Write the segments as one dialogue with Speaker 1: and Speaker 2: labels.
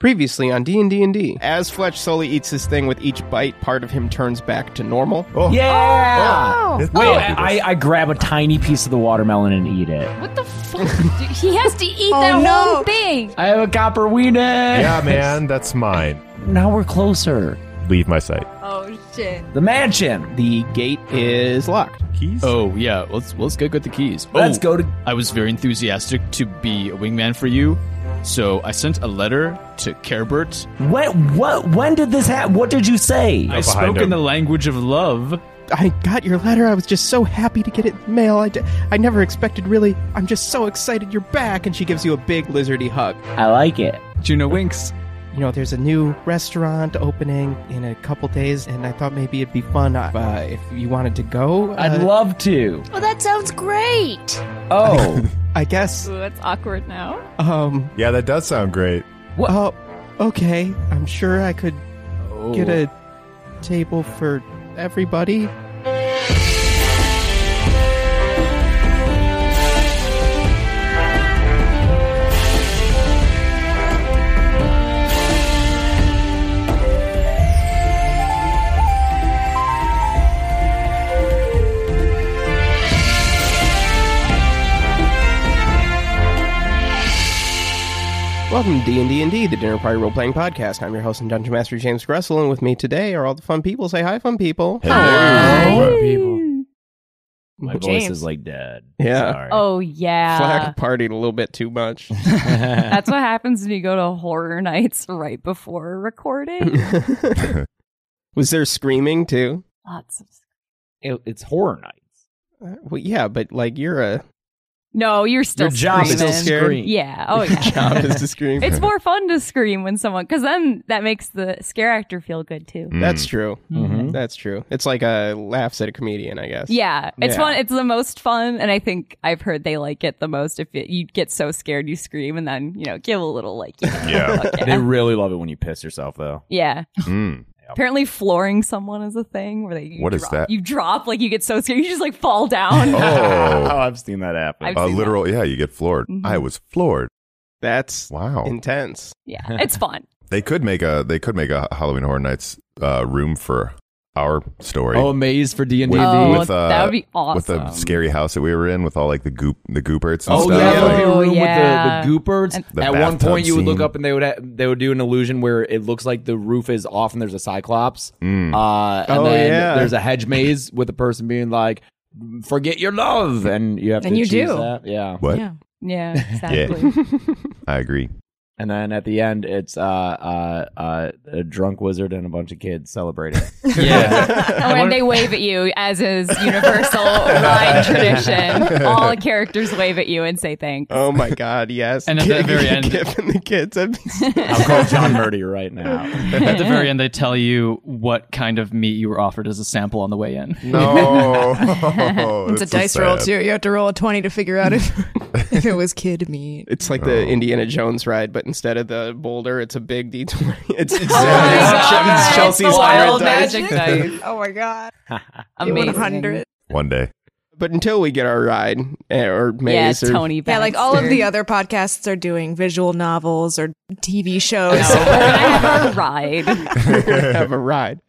Speaker 1: Previously on D and D and D.
Speaker 2: As Fletch slowly eats his thing with each bite, part of him turns back to normal.
Speaker 3: Oh.
Speaker 4: Yeah.
Speaker 3: Wait,
Speaker 4: Oh.
Speaker 3: I, I grab a tiny piece of the watermelon and eat it.
Speaker 5: What the fuck? dude? he has to eat
Speaker 6: Oh,
Speaker 5: that
Speaker 6: no.
Speaker 5: whole thing.
Speaker 3: I have a copper wiener.
Speaker 4: Yeah, man, that's mine.
Speaker 3: Now we're closer.
Speaker 4: Leave my sight.
Speaker 5: Oh shit.
Speaker 3: The mansion.
Speaker 2: The gate is locked.
Speaker 4: Keys?
Speaker 7: Oh yeah, let's let's go get the keys.
Speaker 3: Let's
Speaker 7: Oh,
Speaker 3: go to.
Speaker 7: I was very enthusiastic to be a wingman for you, so I sent a letter to Kerbert.
Speaker 3: What? What? When did this happen? What did you say?
Speaker 7: I
Speaker 4: behind
Speaker 7: spoke
Speaker 4: him.
Speaker 7: in the language of love.
Speaker 2: I got your letter. I was just so happy to get it in the mail. I, d- I never expected, really. I'm just so excited you're back. And she gives you a big lizardy hug.
Speaker 3: I like it.
Speaker 7: Juno winks.
Speaker 2: You know, there's a new restaurant opening in a couple days, and I thought maybe it'd be fun uh, uh, if you wanted to go.
Speaker 3: I'd
Speaker 2: uh,
Speaker 3: love to.
Speaker 5: Oh, that sounds great.
Speaker 3: Oh,
Speaker 2: I guess.
Speaker 5: Ooh, that's awkward now.
Speaker 2: Um.
Speaker 4: Yeah, that does sound great.
Speaker 2: Oh, okay. I'm sure I could get a table for everybody. Welcome to D&D and D, the Dinner Party Role Playing Podcast. I'm your host and Dungeon Master James Gressel, and with me today are all the fun people. Say hi, fun people.
Speaker 4: Hello.
Speaker 3: my voice
Speaker 5: James.
Speaker 3: is like dead.
Speaker 2: Yeah.
Speaker 3: Sorry.
Speaker 5: Oh
Speaker 8: Uh,
Speaker 5: yeah.
Speaker 2: Flag partied a little bit too much.
Speaker 5: That's what happens when you go to horror nights right before recording.
Speaker 2: Was there screaming too?
Speaker 5: Lots of.
Speaker 3: It- it's horror nights.
Speaker 2: Uh, well, yeah, but like you're a
Speaker 5: No, you're still
Speaker 3: Your job
Speaker 5: screaming.
Speaker 3: is to
Speaker 2: Still scared?
Speaker 3: scream.
Speaker 5: Yeah. Oh yeah.
Speaker 2: job is to scream.
Speaker 5: It's more fun to scream when someone, because then that makes the scare actor feel good too.
Speaker 4: Mm.
Speaker 2: That's true.
Speaker 8: Mm-hmm.
Speaker 3: Mhm.
Speaker 2: That's true. It's like a laughs at a comedian, I guess.
Speaker 5: Yeah, it's
Speaker 2: Yeah.
Speaker 5: fun. It's the most fun, and I think I've heard they like it the most. If it, you get so scared, you scream, and then you know give a little like yeah,
Speaker 4: Yeah.
Speaker 5: fuck
Speaker 3: They
Speaker 5: yeah.
Speaker 3: really love it when you piss yourself, though.
Speaker 5: Yeah.
Speaker 4: Mm.
Speaker 5: Apparently, flooring someone is a thing where they you
Speaker 4: What is
Speaker 5: drop,
Speaker 4: that?
Speaker 5: You drop like you get so scared, you just like fall down.
Speaker 4: Oh,
Speaker 3: I've seen that happen.
Speaker 5: I've
Speaker 4: a
Speaker 5: seen that.
Speaker 4: literal. Yeah, you get floored.
Speaker 9: Mm-hmm.
Speaker 5: Mhm.
Speaker 4: I was floored.
Speaker 2: That's
Speaker 4: Wow.
Speaker 2: intense.
Speaker 5: Yeah, it's fun.
Speaker 4: They could make a. They could make a Halloween Horror Nights uh, room for our story.
Speaker 7: Oh, a maze for D and D.
Speaker 4: With-
Speaker 5: oh,
Speaker 4: with, uh,
Speaker 5: that would be awesome.
Speaker 4: With the scary house that we were in, with all like the goop, the gooperts. And
Speaker 7: Oh,
Speaker 4: stuff.
Speaker 7: yeah,
Speaker 4: like,
Speaker 7: like a
Speaker 5: Oh,
Speaker 7: room
Speaker 5: yeah.
Speaker 7: with the, the gooperds.
Speaker 5: And-
Speaker 4: The
Speaker 7: At one
Speaker 4: bathtub
Speaker 7: point, you would look
Speaker 4: scene.
Speaker 7: up and they would ha- they would do an illusion where it looks like the roof is off and there's a cyclops.
Speaker 4: Mm.
Speaker 7: Uh, and
Speaker 2: Oh,
Speaker 7: then
Speaker 2: yeah.
Speaker 7: there's a hedge maze with a person being like, "Forget your love," and you have
Speaker 5: And
Speaker 7: to
Speaker 5: you
Speaker 7: choose
Speaker 5: do.
Speaker 7: that. Yeah.
Speaker 4: what?
Speaker 5: yeah, exactly.
Speaker 4: I agree.
Speaker 7: And then at the end, it's uh, uh, uh, a drunk wizard and a bunch of kids celebrating.
Speaker 5: Oh, and they wave at you, as is universal line tradition. All characters wave at you and say thanks.
Speaker 2: Oh my god, yes.
Speaker 8: And at the very end-
Speaker 2: Giving the kids a-
Speaker 7: I'll call John Murdy right now.
Speaker 8: At the very end, they tell you what kind of meat you were offered as a sample on the way in.
Speaker 4: No,
Speaker 9: It's a
Speaker 4: That's so
Speaker 9: dice roll
Speaker 4: sad.
Speaker 9: too. You have to roll a twenty to figure out if if it was kid meat.
Speaker 2: It's like the Indiana Jones ride, but instead of the boulder, it's a big D twenty. It's, it's,
Speaker 5: Oh God.
Speaker 2: it's Chelsea's
Speaker 5: It's the
Speaker 2: iron
Speaker 5: wild
Speaker 2: dice.
Speaker 5: magic dice.
Speaker 9: Oh my god! One
Speaker 5: Amazing.
Speaker 9: hundred.
Speaker 4: One day.
Speaker 2: But until we get our ride eh, or
Speaker 5: Yeah,
Speaker 2: maze, or,
Speaker 5: Tony.
Speaker 9: Yeah, like all of
Speaker 5: Baxter.
Speaker 9: the other podcasts are doing visual novels or TV shows.
Speaker 5: We're gonna have a ride.
Speaker 2: we're gonna have a ride.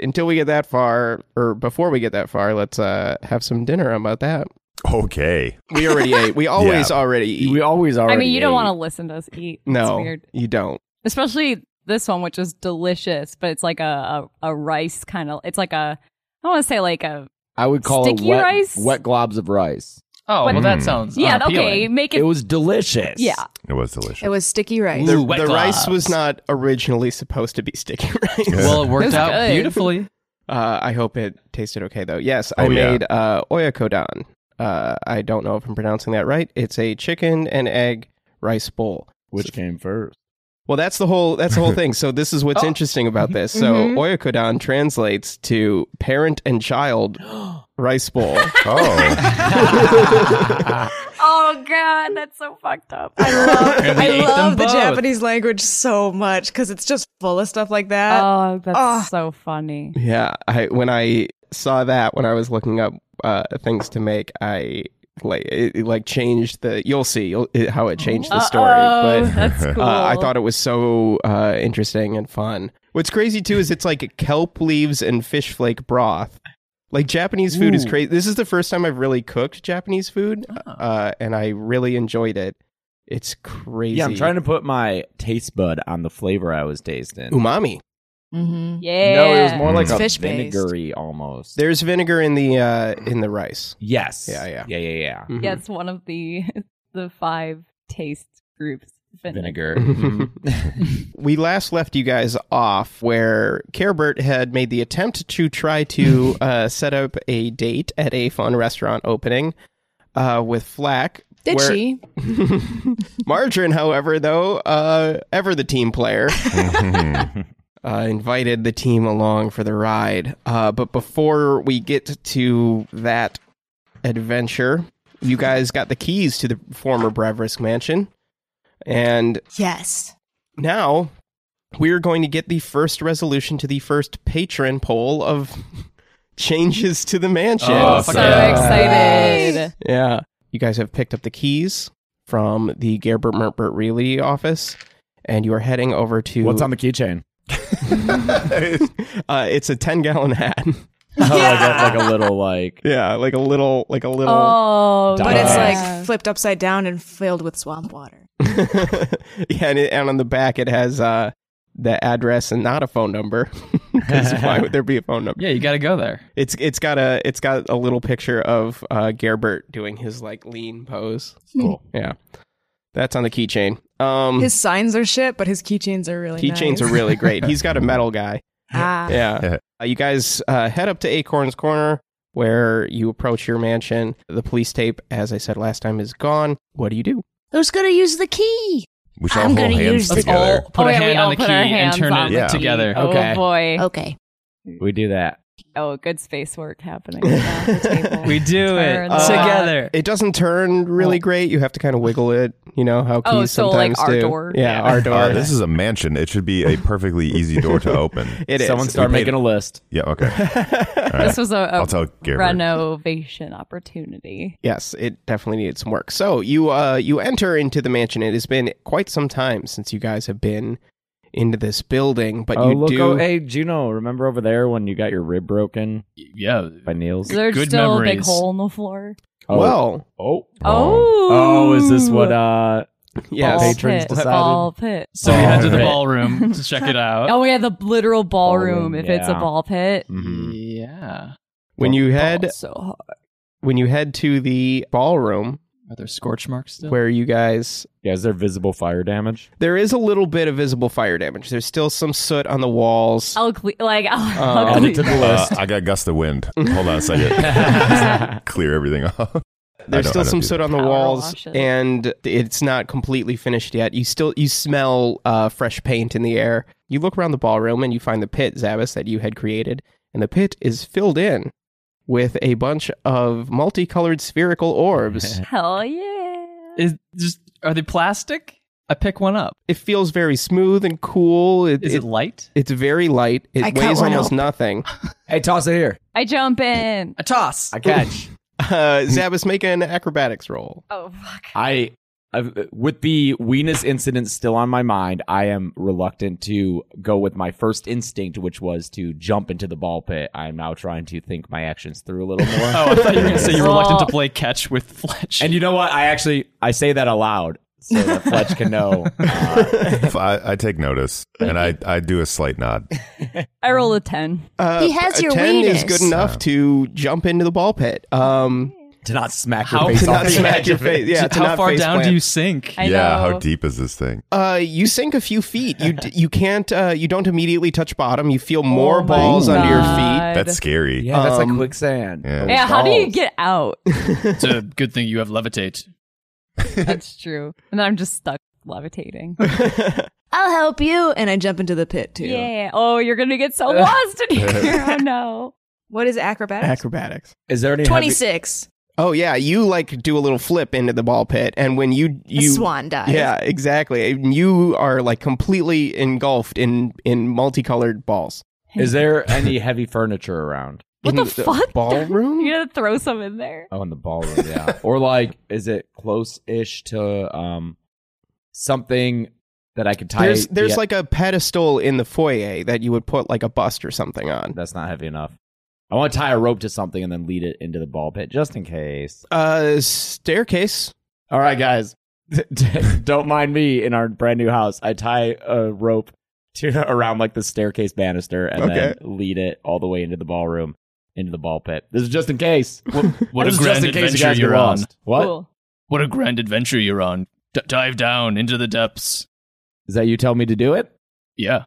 Speaker 2: until we get that far, or before we get that far, let's uh, have some dinner about that.
Speaker 4: Okay.
Speaker 2: We already ate. We always already eat.
Speaker 7: We always are.
Speaker 5: I mean, you don't want to listen to us eat.
Speaker 2: no,
Speaker 5: it's weird.
Speaker 2: you don't.
Speaker 5: Especially this one, which is delicious, but it's like a a, a rice kind of. It's like a. I want to say like a.
Speaker 7: I would call it
Speaker 5: Sticky
Speaker 7: wet,
Speaker 5: rice?
Speaker 7: wet globs of rice.
Speaker 8: Oh, well,
Speaker 4: What- Mm.
Speaker 3: Hmm.
Speaker 8: that sounds
Speaker 5: Yeah. Okay.
Speaker 8: unappealing.
Speaker 5: Make it.
Speaker 7: It was delicious.
Speaker 5: yeah.
Speaker 4: It was delicious.
Speaker 9: It was sticky rice.
Speaker 8: Ooh,
Speaker 2: The,
Speaker 8: wet
Speaker 2: the rice
Speaker 8: gloves.
Speaker 2: was not originally supposed to be sticky rice.
Speaker 8: Well, it worked
Speaker 5: That's
Speaker 8: out
Speaker 5: good.
Speaker 8: beautifully.
Speaker 2: Uh, I hope it tasted okay though. Yes, I
Speaker 4: Oh, yeah.
Speaker 2: made uh, oyakodon. Uh, I don't know if I'm pronouncing that right. It's a chicken and egg rice bowl.
Speaker 7: Which came first?
Speaker 2: Well, that's the whole that's the whole thing. So this is what's
Speaker 4: Oh.
Speaker 2: interesting about this. So oyakodon translates to parent and child rice bowl.
Speaker 4: Oh,
Speaker 5: Oh god, that's so fucked up.
Speaker 9: I love,
Speaker 7: Apparently ate them
Speaker 9: I love the
Speaker 7: both.
Speaker 9: Japanese language so much because it's just full of stuff like that.
Speaker 10: Uh,
Speaker 5: Oh, that's
Speaker 9: Ah.
Speaker 5: so funny.
Speaker 2: yeah, I when I saw that when I was looking up uh, things to make, I like it, it, like changed the. You'll see you'll, it, how it changed the story,
Speaker 5: Uh-oh,
Speaker 2: but.
Speaker 5: that's cool.
Speaker 2: Uh, I thought it was so uh, interesting and fun. What's crazy too is it's like kelp leaves and fish flake broth. Like Japanese food is crazy. This is the first time I've really cooked Japanese food, uh, and I really enjoyed it. It's crazy.
Speaker 10: Yeah, I'm trying to put my taste bud on the flavor I was dazed in.
Speaker 2: umami.
Speaker 9: Mm-hmm.
Speaker 5: yeah.
Speaker 10: No, it was more like
Speaker 4: It's
Speaker 10: a
Speaker 9: fish-based.
Speaker 10: vinegary almost.
Speaker 2: There's vinegar in the uh, in the rice.
Speaker 10: yes.
Speaker 2: Yeah, yeah.
Speaker 10: Yeah, yeah, yeah.
Speaker 2: Mhm.
Speaker 5: Yeah, it's one of the the five taste groups.
Speaker 10: Vinegar.
Speaker 2: Mm-hmm. we last left you guys off where Carebert had made the attempt to try to uh, set up a date at a fun restaurant opening uh, with Flack.
Speaker 9: Did
Speaker 2: where-
Speaker 9: she?
Speaker 2: Margarine, however, though, uh, ever the team player, uh, invited the team along for the ride. Uh, but before we get to that adventure, you guys got the keys to the former Bravrisk mansion. And
Speaker 9: Yes.
Speaker 2: now we're going to get the first resolution to the first patron poll of changes to the mansion.
Speaker 7: Oh,
Speaker 5: So
Speaker 7: fuck yeah.
Speaker 5: excited.
Speaker 2: Yeah. You guys have picked up the keys from the Gerbert Merbert Reilly office, and you are heading over to.
Speaker 10: What's on the keychain?
Speaker 2: Uh, it's a ten gallon hat.
Speaker 10: Oh, like, a, like a little like
Speaker 2: yeah, like a little, like a little.
Speaker 5: Oh,
Speaker 9: But it's
Speaker 5: yeah.
Speaker 9: like flipped upside down and filled with swamp water.
Speaker 2: yeah, and, it, and on the back it has uh, the address and not a phone number. 'Cause why would there be a phone number?
Speaker 8: Yeah, you got to go there.
Speaker 2: It's it's got a it's got a little picture of uh, Gerbert doing his like lean pose.
Speaker 10: cool.
Speaker 2: Yeah, that's on the keychain. Um,
Speaker 9: Hmm. His signs are shit, but his keychains are really
Speaker 2: keychains
Speaker 9: nice.
Speaker 2: are really great. He's got a metal guy.
Speaker 9: ah.
Speaker 2: Yeah. uh, you guys uh, head up to Acorn's Corner where you approach your mansion. The police tape, as I said last time, is gone. What do you do?
Speaker 11: Who's gonna use the key?
Speaker 4: we should all
Speaker 11: I'm
Speaker 4: hold
Speaker 11: gonna
Speaker 4: hands
Speaker 11: use this
Speaker 4: together.
Speaker 8: Put
Speaker 5: Oh,
Speaker 8: a
Speaker 5: yeah, we
Speaker 8: hand
Speaker 5: all
Speaker 8: on the key
Speaker 5: put our
Speaker 8: and
Speaker 5: hands
Speaker 8: turn
Speaker 5: on
Speaker 8: it
Speaker 5: the
Speaker 4: Yeah.
Speaker 5: key.
Speaker 8: together.
Speaker 10: Okay.
Speaker 5: Oh boy.
Speaker 11: Okay.
Speaker 10: We do that.
Speaker 5: Oh, good space work happening. around the table.
Speaker 8: We do
Speaker 5: Turn
Speaker 8: it
Speaker 5: the-
Speaker 8: together.
Speaker 2: It doesn't turn really great. You have to kind of wiggle it. You know how keys
Speaker 5: Oh, so like
Speaker 2: sometimes
Speaker 5: our
Speaker 2: do.
Speaker 5: door.
Speaker 2: Yeah, our door.
Speaker 4: Uh, this is a mansion. It should be a perfectly easy door to open.
Speaker 2: It is.
Speaker 10: Someone start making a list.
Speaker 4: Yeah, okay.
Speaker 5: This was a,
Speaker 4: I'll tell
Speaker 5: a
Speaker 4: Garrett.
Speaker 5: renovation opportunity.
Speaker 2: Yes, it definitely needed some work. So you uh you enter into the mansion. It has been quite some time since you guys have been into this building, but
Speaker 10: oh,
Speaker 2: you
Speaker 10: look.
Speaker 2: do.
Speaker 10: Oh, hey, Juno, remember over there when you got your rib broken
Speaker 7: yeah.
Speaker 10: by Niels?
Speaker 5: Is there
Speaker 7: Good
Speaker 5: still a big
Speaker 7: memories.
Speaker 5: hole in the floor?
Speaker 10: Oh,
Speaker 2: Well,
Speaker 10: Oh.
Speaker 5: Oh.
Speaker 10: Oh, is this what uh
Speaker 2: yes.
Speaker 5: Ball
Speaker 10: patrons
Speaker 5: pit.
Speaker 10: decided-
Speaker 5: Ball pit.
Speaker 7: So we head to the
Speaker 10: Alright.
Speaker 7: ballroom to check it out.
Speaker 5: Oh yeah, the literal ballroom.
Speaker 10: Ballroom,
Speaker 5: if it's a
Speaker 10: yeah.
Speaker 5: ball pit, Oh,
Speaker 7: Yeah.
Speaker 2: when you head
Speaker 5: so hard.
Speaker 2: when you head to the ballroom
Speaker 7: Are there scorch marks still?
Speaker 2: where you guys
Speaker 10: Yeah, is there visible fire damage?
Speaker 2: there is a little bit of visible fire damage. There's still some soot on the walls.
Speaker 5: I'll cle- like I'll, I'll
Speaker 2: Um,
Speaker 10: Add it
Speaker 5: clean-
Speaker 10: to the
Speaker 4: Uh,
Speaker 10: list.
Speaker 4: I got gust of wind. Hold on a second. Clear everything off.
Speaker 2: There's
Speaker 4: I don't- I
Speaker 2: still
Speaker 4: don't
Speaker 2: some
Speaker 4: do
Speaker 2: soot
Speaker 4: that.
Speaker 2: on the
Speaker 5: Power
Speaker 2: walls,
Speaker 5: washes.
Speaker 2: and it's not completely finished yet. You still you smell uh, fresh paint in the air. You look around the ballroom and you find the pit, Zabbis, that you had created, and the pit is filled in with a bunch of multicolored spherical orbs.
Speaker 5: Hell yeah!
Speaker 8: Is just are they plastic? I pick one up.
Speaker 2: it feels very smooth and cool. It,
Speaker 8: Is it
Speaker 2: it-
Speaker 8: light?
Speaker 2: it's very light. It
Speaker 9: I cut
Speaker 2: weighs
Speaker 9: one
Speaker 2: almost
Speaker 9: open.
Speaker 2: nothing.
Speaker 10: Hey, toss it here.
Speaker 5: I jump in.
Speaker 8: A toss.
Speaker 10: I catch.
Speaker 2: Uh, Zabbis, make an acrobatics roll.
Speaker 5: Oh fuck!
Speaker 10: I, I with the weenus incident still on my mind, I am reluctant to go with my first instinct, which was to jump into the ball pit. I am now trying to think my actions through a little more.
Speaker 8: Oh, I thought you were going to say you were reluctant
Speaker 5: Oh.
Speaker 8: to play catch with Fletch.
Speaker 10: and you know what? I actually I say that aloud so that Fletch can know. Uh,
Speaker 4: If I, I take notice and I, I do a slight nod.
Speaker 5: I roll a ten.
Speaker 2: Uh,
Speaker 11: He has
Speaker 2: a
Speaker 11: your
Speaker 2: ten is
Speaker 11: weenus.
Speaker 2: good enough to jump into the ball pit. Um,
Speaker 10: to not smack your
Speaker 8: how
Speaker 10: face
Speaker 2: to
Speaker 10: off.
Speaker 2: not
Speaker 10: the
Speaker 2: smack
Speaker 10: edge
Speaker 2: your
Speaker 10: of it.
Speaker 2: face. Yeah, to
Speaker 8: how
Speaker 2: not
Speaker 8: far
Speaker 2: face
Speaker 8: down
Speaker 2: plant.
Speaker 8: do you sink?
Speaker 5: I
Speaker 4: yeah,
Speaker 5: know.
Speaker 4: how deep is this thing?
Speaker 2: Uh, you sink a few feet. You d- you can't. Uh, you don't immediately touch bottom. You feel more
Speaker 5: Oh my
Speaker 2: balls under your feet.
Speaker 5: God.
Speaker 4: That's scary.
Speaker 10: Yeah, that's
Speaker 2: Um,
Speaker 10: like quicksand.
Speaker 4: yeah.
Speaker 5: Yeah, how do you
Speaker 10: Balls.
Speaker 5: get out?
Speaker 7: It's a good thing you have levitate.
Speaker 5: That's true. And then I'm just stuck levitating.
Speaker 9: I'll help you. And I jump into the pit too.
Speaker 5: Yeah. Oh, you're going to get so lost in here. Oh, no.
Speaker 9: What is acrobatics?
Speaker 2: Acrobatics.
Speaker 10: Is there any
Speaker 9: 26.
Speaker 2: Oh yeah, you like do a little flip into the ball pit, and when you you
Speaker 9: swan dive.
Speaker 2: yeah, exactly, and you are like completely engulfed in in multicolored balls.
Speaker 10: Is there any heavy furniture around?
Speaker 5: What
Speaker 2: In
Speaker 5: the fuck?
Speaker 2: Ballroom?
Speaker 5: You gotta throw some in there.
Speaker 10: Oh, in the ballroom, yeah. or like, is it close-ish to um something that I could tie? e-,
Speaker 2: There's there's
Speaker 10: yeah,
Speaker 2: like a pedestal in the foyer that you would put like a bust or something on.
Speaker 10: that's not heavy enough. I want to tie a rope to something and then lead it into the ball pit just in case.
Speaker 2: Uh, staircase.
Speaker 10: All right, guys, don't mind me in our brand new house. I tie a rope to around like the staircase banister and
Speaker 2: Okay.
Speaker 10: then lead it all the way into the ballroom, into the ball pit. This is just in case.
Speaker 7: What, what a
Speaker 10: This is
Speaker 7: grand
Speaker 10: just in case you
Speaker 7: adventure
Speaker 10: guys get
Speaker 7: you're on.
Speaker 10: lost. What?
Speaker 5: Cool.
Speaker 7: What a grand adventure you're on. D- dive down into the depths.
Speaker 10: Is that you tell me to do it?
Speaker 7: Yeah.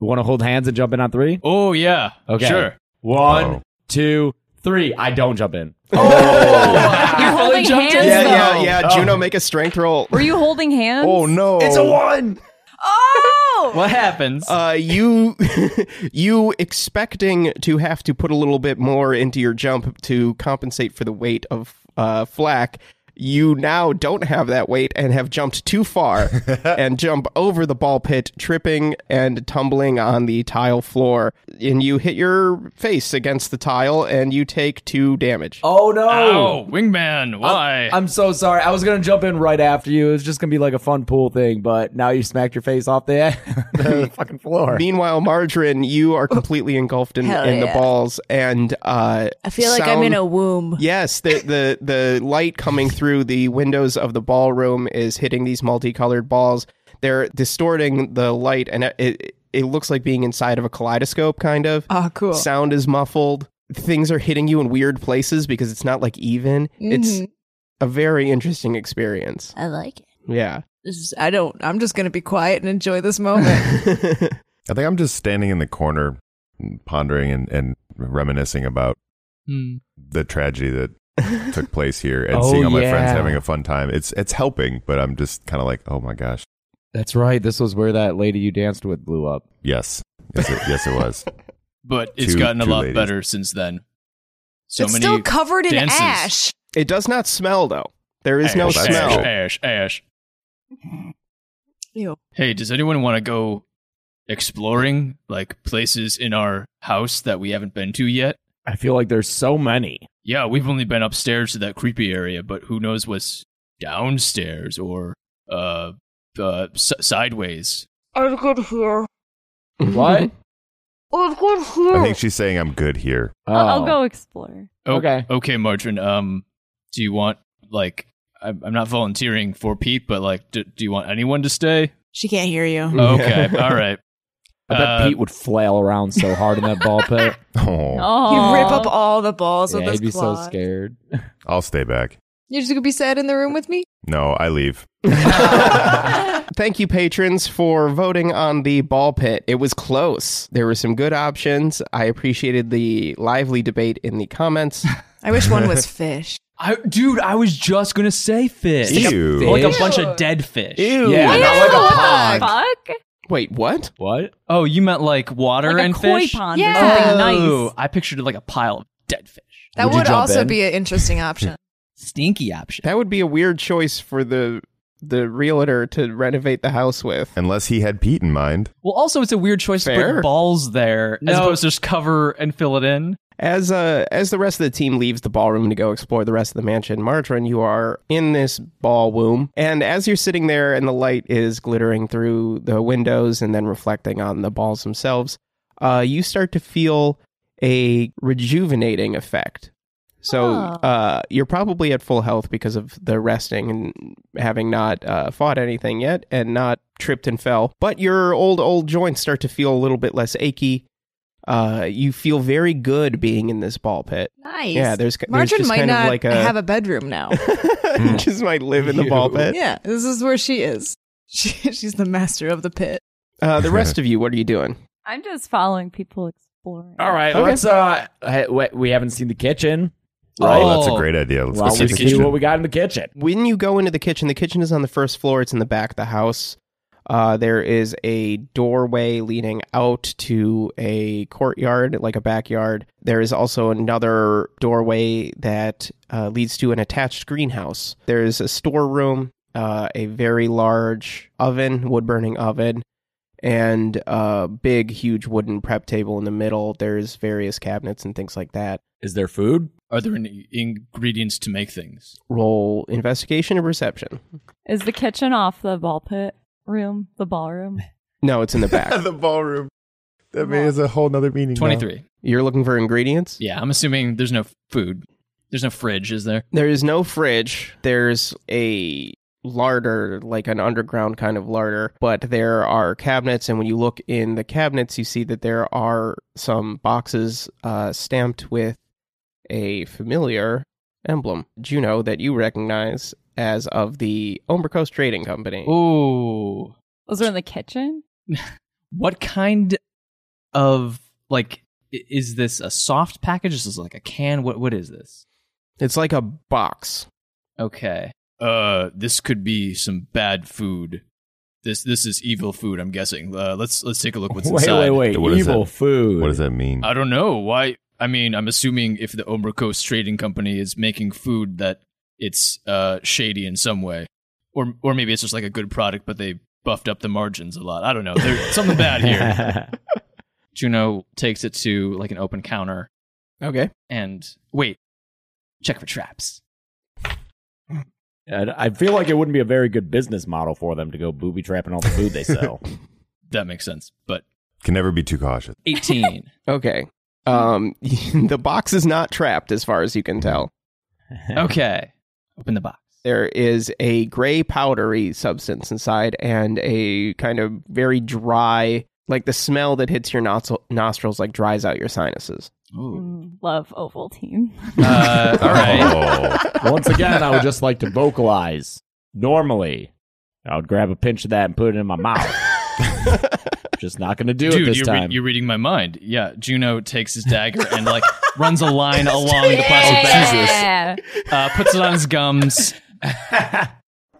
Speaker 10: Want to hold hands and jump in on three?
Speaker 7: Oh, yeah.
Speaker 10: Okay.
Speaker 7: Sure.
Speaker 10: One,
Speaker 4: Oh.
Speaker 10: two, three. I don't jump in.
Speaker 5: You're holding hands, though.
Speaker 2: Yeah, yeah, yeah.
Speaker 10: Oh.
Speaker 2: Juno, make a strength roll.
Speaker 5: Were you holding hands?
Speaker 4: Oh no!
Speaker 10: It's a one.
Speaker 9: Oh!
Speaker 8: What happens?
Speaker 2: Uh, you you expecting to have to put a little bit more into your jump to compensate for the weight of uh, flak. You now don't have that weight and have jumped too far and jump over the ball pit, tripping and tumbling on the tile floor. And you hit your face against the tile and you take two damage.
Speaker 10: Oh no.
Speaker 7: Ow, wingman, why?
Speaker 10: I'm so sorry. I was gonna jump in right after you. It was just gonna be like a fun pool thing, but now you smacked your face off the, the fucking floor.
Speaker 2: Meanwhile, Margarine, you are completely engulfed in,
Speaker 9: Oh. Hell
Speaker 2: in the
Speaker 9: yeah.
Speaker 2: balls and uh,
Speaker 9: I feel like I'm in a womb.
Speaker 2: Yes, the, the the light coming through the windows of the ballroom is hitting these multicolored balls. They're distorting the light, and it it, it looks like being inside of a kaleidoscope, kind of.
Speaker 9: Oh, cool.
Speaker 2: Sound is muffled. Things are hitting you in weird places because it's not like even. It's a very interesting experience.
Speaker 11: I like it.
Speaker 2: Yeah.
Speaker 9: This is- I don't. I'm just gonna be quiet and enjoy this moment.
Speaker 4: I think I'm just standing in the corner, pondering and, and reminiscing about
Speaker 9: Hmm.
Speaker 4: the tragedy that took place here, and
Speaker 10: Oh,
Speaker 4: seeing all my friends
Speaker 10: yeah.
Speaker 4: having a fun time. It's it's helping, but I'm just kind of like, oh my gosh,
Speaker 10: That's right. This was where that lady you danced with blew up.
Speaker 4: yes, yes, it, yes, it was.
Speaker 7: but it's
Speaker 4: Two-
Speaker 7: gotten a
Speaker 4: two
Speaker 7: lot
Speaker 4: ladies.
Speaker 7: better since then. So
Speaker 9: it's
Speaker 7: many
Speaker 9: still covered in
Speaker 7: dances.
Speaker 9: ash.
Speaker 2: It does not smell though. There is no
Speaker 4: Ash,
Speaker 7: ash,
Speaker 2: smell.
Speaker 7: Ash, ash.
Speaker 9: Ew.
Speaker 7: Hey, does anyone want to go exploring like places in our house that we haven't been to yet?
Speaker 10: I feel like there's so many.
Speaker 7: Yeah, we've only been upstairs to that creepy area, but who knows what's downstairs or uh, uh s- sideways.
Speaker 11: I'm good here.
Speaker 10: What?
Speaker 11: I'm good
Speaker 4: I
Speaker 11: here.
Speaker 4: think she's saying I'm good here.
Speaker 5: I'll,
Speaker 10: Oh.
Speaker 5: I'll go explore.
Speaker 7: O-
Speaker 10: Okay.
Speaker 7: Oh, Okay, Margarine. Um, do you want like I'm I'm not volunteering for Pete, but like, do, do you want anyone to stay?
Speaker 9: She can't hear you.
Speaker 7: Okay, all right.
Speaker 10: I bet
Speaker 7: Uh,
Speaker 10: Pete would flail around so hard in that ball pit.
Speaker 4: Oh,
Speaker 5: Oh,
Speaker 9: You rip up all the balls
Speaker 10: yeah,
Speaker 9: with
Speaker 10: he'd
Speaker 9: those
Speaker 10: be
Speaker 9: claws.
Speaker 10: so scared.
Speaker 4: I'll stay back.
Speaker 9: You're just gonna be sad in the room with me.
Speaker 4: No, I leave.
Speaker 2: Thank you, patrons, for voting on the ball pit. It was close. There were some good options. I appreciated the lively debate in the comments.
Speaker 9: I wish one was fish.
Speaker 8: I, dude, I was just gonna say fish. Like a-
Speaker 4: Ew.
Speaker 8: Like a
Speaker 10: Fish?
Speaker 8: bunch of dead fish.
Speaker 10: Yeah, not like a
Speaker 5: what
Speaker 10: pond.
Speaker 5: the fuck?
Speaker 2: Wait, what?
Speaker 10: What?
Speaker 8: Oh, you meant like water
Speaker 5: Like a
Speaker 8: and
Speaker 5: koi
Speaker 8: fish?
Speaker 5: pond
Speaker 9: Yeah.
Speaker 5: or something
Speaker 8: Oh,
Speaker 5: nice.
Speaker 8: I pictured it like a pile of dead fish.
Speaker 9: That
Speaker 10: Would
Speaker 9: would,
Speaker 10: you jump
Speaker 9: also
Speaker 10: in?
Speaker 9: be an interesting option.
Speaker 8: Stinky option.
Speaker 2: That would be a weird choice for the the realtor to renovate the house with.
Speaker 4: Unless he had Pete in mind.
Speaker 8: Well, also it's a weird choice to
Speaker 2: Fair.
Speaker 8: put balls there as
Speaker 2: No.
Speaker 8: opposed to just cover and fill it in.
Speaker 2: As uh as the rest of the team leaves the ballroom to go explore the rest of the mansion, Martrin, you are in this ballroom, and as you're sitting there and the light is glittering through the windows and then reflecting on the balls themselves, uh, you start to feel a rejuvenating effect. So uh, you're probably at full health because of the resting and having not uh, fought anything yet and not tripped and fell. But your old old joints start to feel a little bit less achy. Uh, you feel very good being in this ball pit.
Speaker 9: Nice.
Speaker 2: Yeah, there's, there's
Speaker 9: Marjorie
Speaker 2: just
Speaker 9: might
Speaker 2: kind
Speaker 9: not
Speaker 2: of like a,
Speaker 9: have a bedroom now.
Speaker 2: you just might live in the ball pit.
Speaker 9: yeah, this is where she is. She, she's the master of the pit.
Speaker 2: Uh, the rest of you, what are you doing?
Speaker 5: I'm just following people exploring.
Speaker 10: All right,
Speaker 2: Okay.
Speaker 10: let's. Uh, hey, wait, we haven't seen the kitchen.
Speaker 4: Oh, that's
Speaker 8: Oh.
Speaker 4: a great idea. Let's
Speaker 10: Well,
Speaker 4: go
Speaker 10: we
Speaker 4: to the
Speaker 10: see
Speaker 4: kitchen.
Speaker 10: what we got in the kitchen.
Speaker 2: When you go into the kitchen, the kitchen is on the first floor. It's in the back of the house. Uh, there is a doorway leading out to a courtyard, like a backyard. There is also another doorway that uh, leads to an attached greenhouse. There is a storeroom, uh, a very large oven, wood burning oven, and a big, huge wooden prep table in the middle. There's various cabinets and things like that.
Speaker 10: Is there food?
Speaker 7: Are there any ingredients to make things?
Speaker 2: Roll investigation or perception.
Speaker 5: Is the kitchen off the ball pit room, the ballroom?
Speaker 2: No, it's in the back.
Speaker 4: the ballroom. That means a whole nother meaning. now.
Speaker 7: 23.
Speaker 2: You're looking for ingredients?
Speaker 7: Yeah, I'm assuming there's no food. There's no fridge, is there?
Speaker 2: There is no fridge. There's a larder, like an underground kind of larder, but there are cabinets. And when you look in the cabinets, you see that there are some boxes uh, stamped with a familiar emblem, Juno, that you recognize as of the Omber Coast Trading Company.
Speaker 7: Ooh.
Speaker 5: Was there in the kitchen?
Speaker 8: What kind of like i- is this a soft package? Is this like a can? What what is this?
Speaker 2: It's like a box.
Speaker 8: Okay.
Speaker 7: Uh, this could be some bad food. This this is evil food. I'm guessing. Uh, let's let's take a look what's
Speaker 10: wait,
Speaker 7: inside.
Speaker 10: wait, wait,
Speaker 4: What is
Speaker 10: Evil
Speaker 4: that?
Speaker 10: food.
Speaker 4: What does that mean?
Speaker 7: I don't know why. I mean, I'm assuming if the Ombra Coast Trading Company is making food, that it's uh shady in some way, or or maybe it's just like a good product, but they buffed up the margins a lot. I don't know. There's something bad here.
Speaker 8: Juno takes it to like an open counter
Speaker 2: Okay.
Speaker 8: and wait, check for traps.
Speaker 10: And I feel like it wouldn't be a very good business model for them to go booby trapping all the food they sell.
Speaker 7: That makes sense. But
Speaker 4: Can never be too cautious.
Speaker 8: 18.
Speaker 2: Okay. Um, the box is not trapped, as far as you can tell.
Speaker 8: okay. Open the box.
Speaker 2: There is a gray powdery substance inside and a kind of very dry, like the smell that hits your nostri- nostrils, like dries out your sinuses.
Speaker 8: Ooh.
Speaker 5: Mm, Love Ovaltine.
Speaker 8: Uh, all right.
Speaker 4: Oh.
Speaker 10: Once again, I would just like to vocalize. Normally, I would grab a pinch of that and put it in my mouth. just not going to do it
Speaker 7: dude,
Speaker 10: this
Speaker 7: you're, re-
Speaker 10: time.
Speaker 7: you're reading my mind. Yeah, Juno takes his dagger and like runs a line along the plastic bag,
Speaker 5: yeah.
Speaker 8: Uh, puts it on his gums.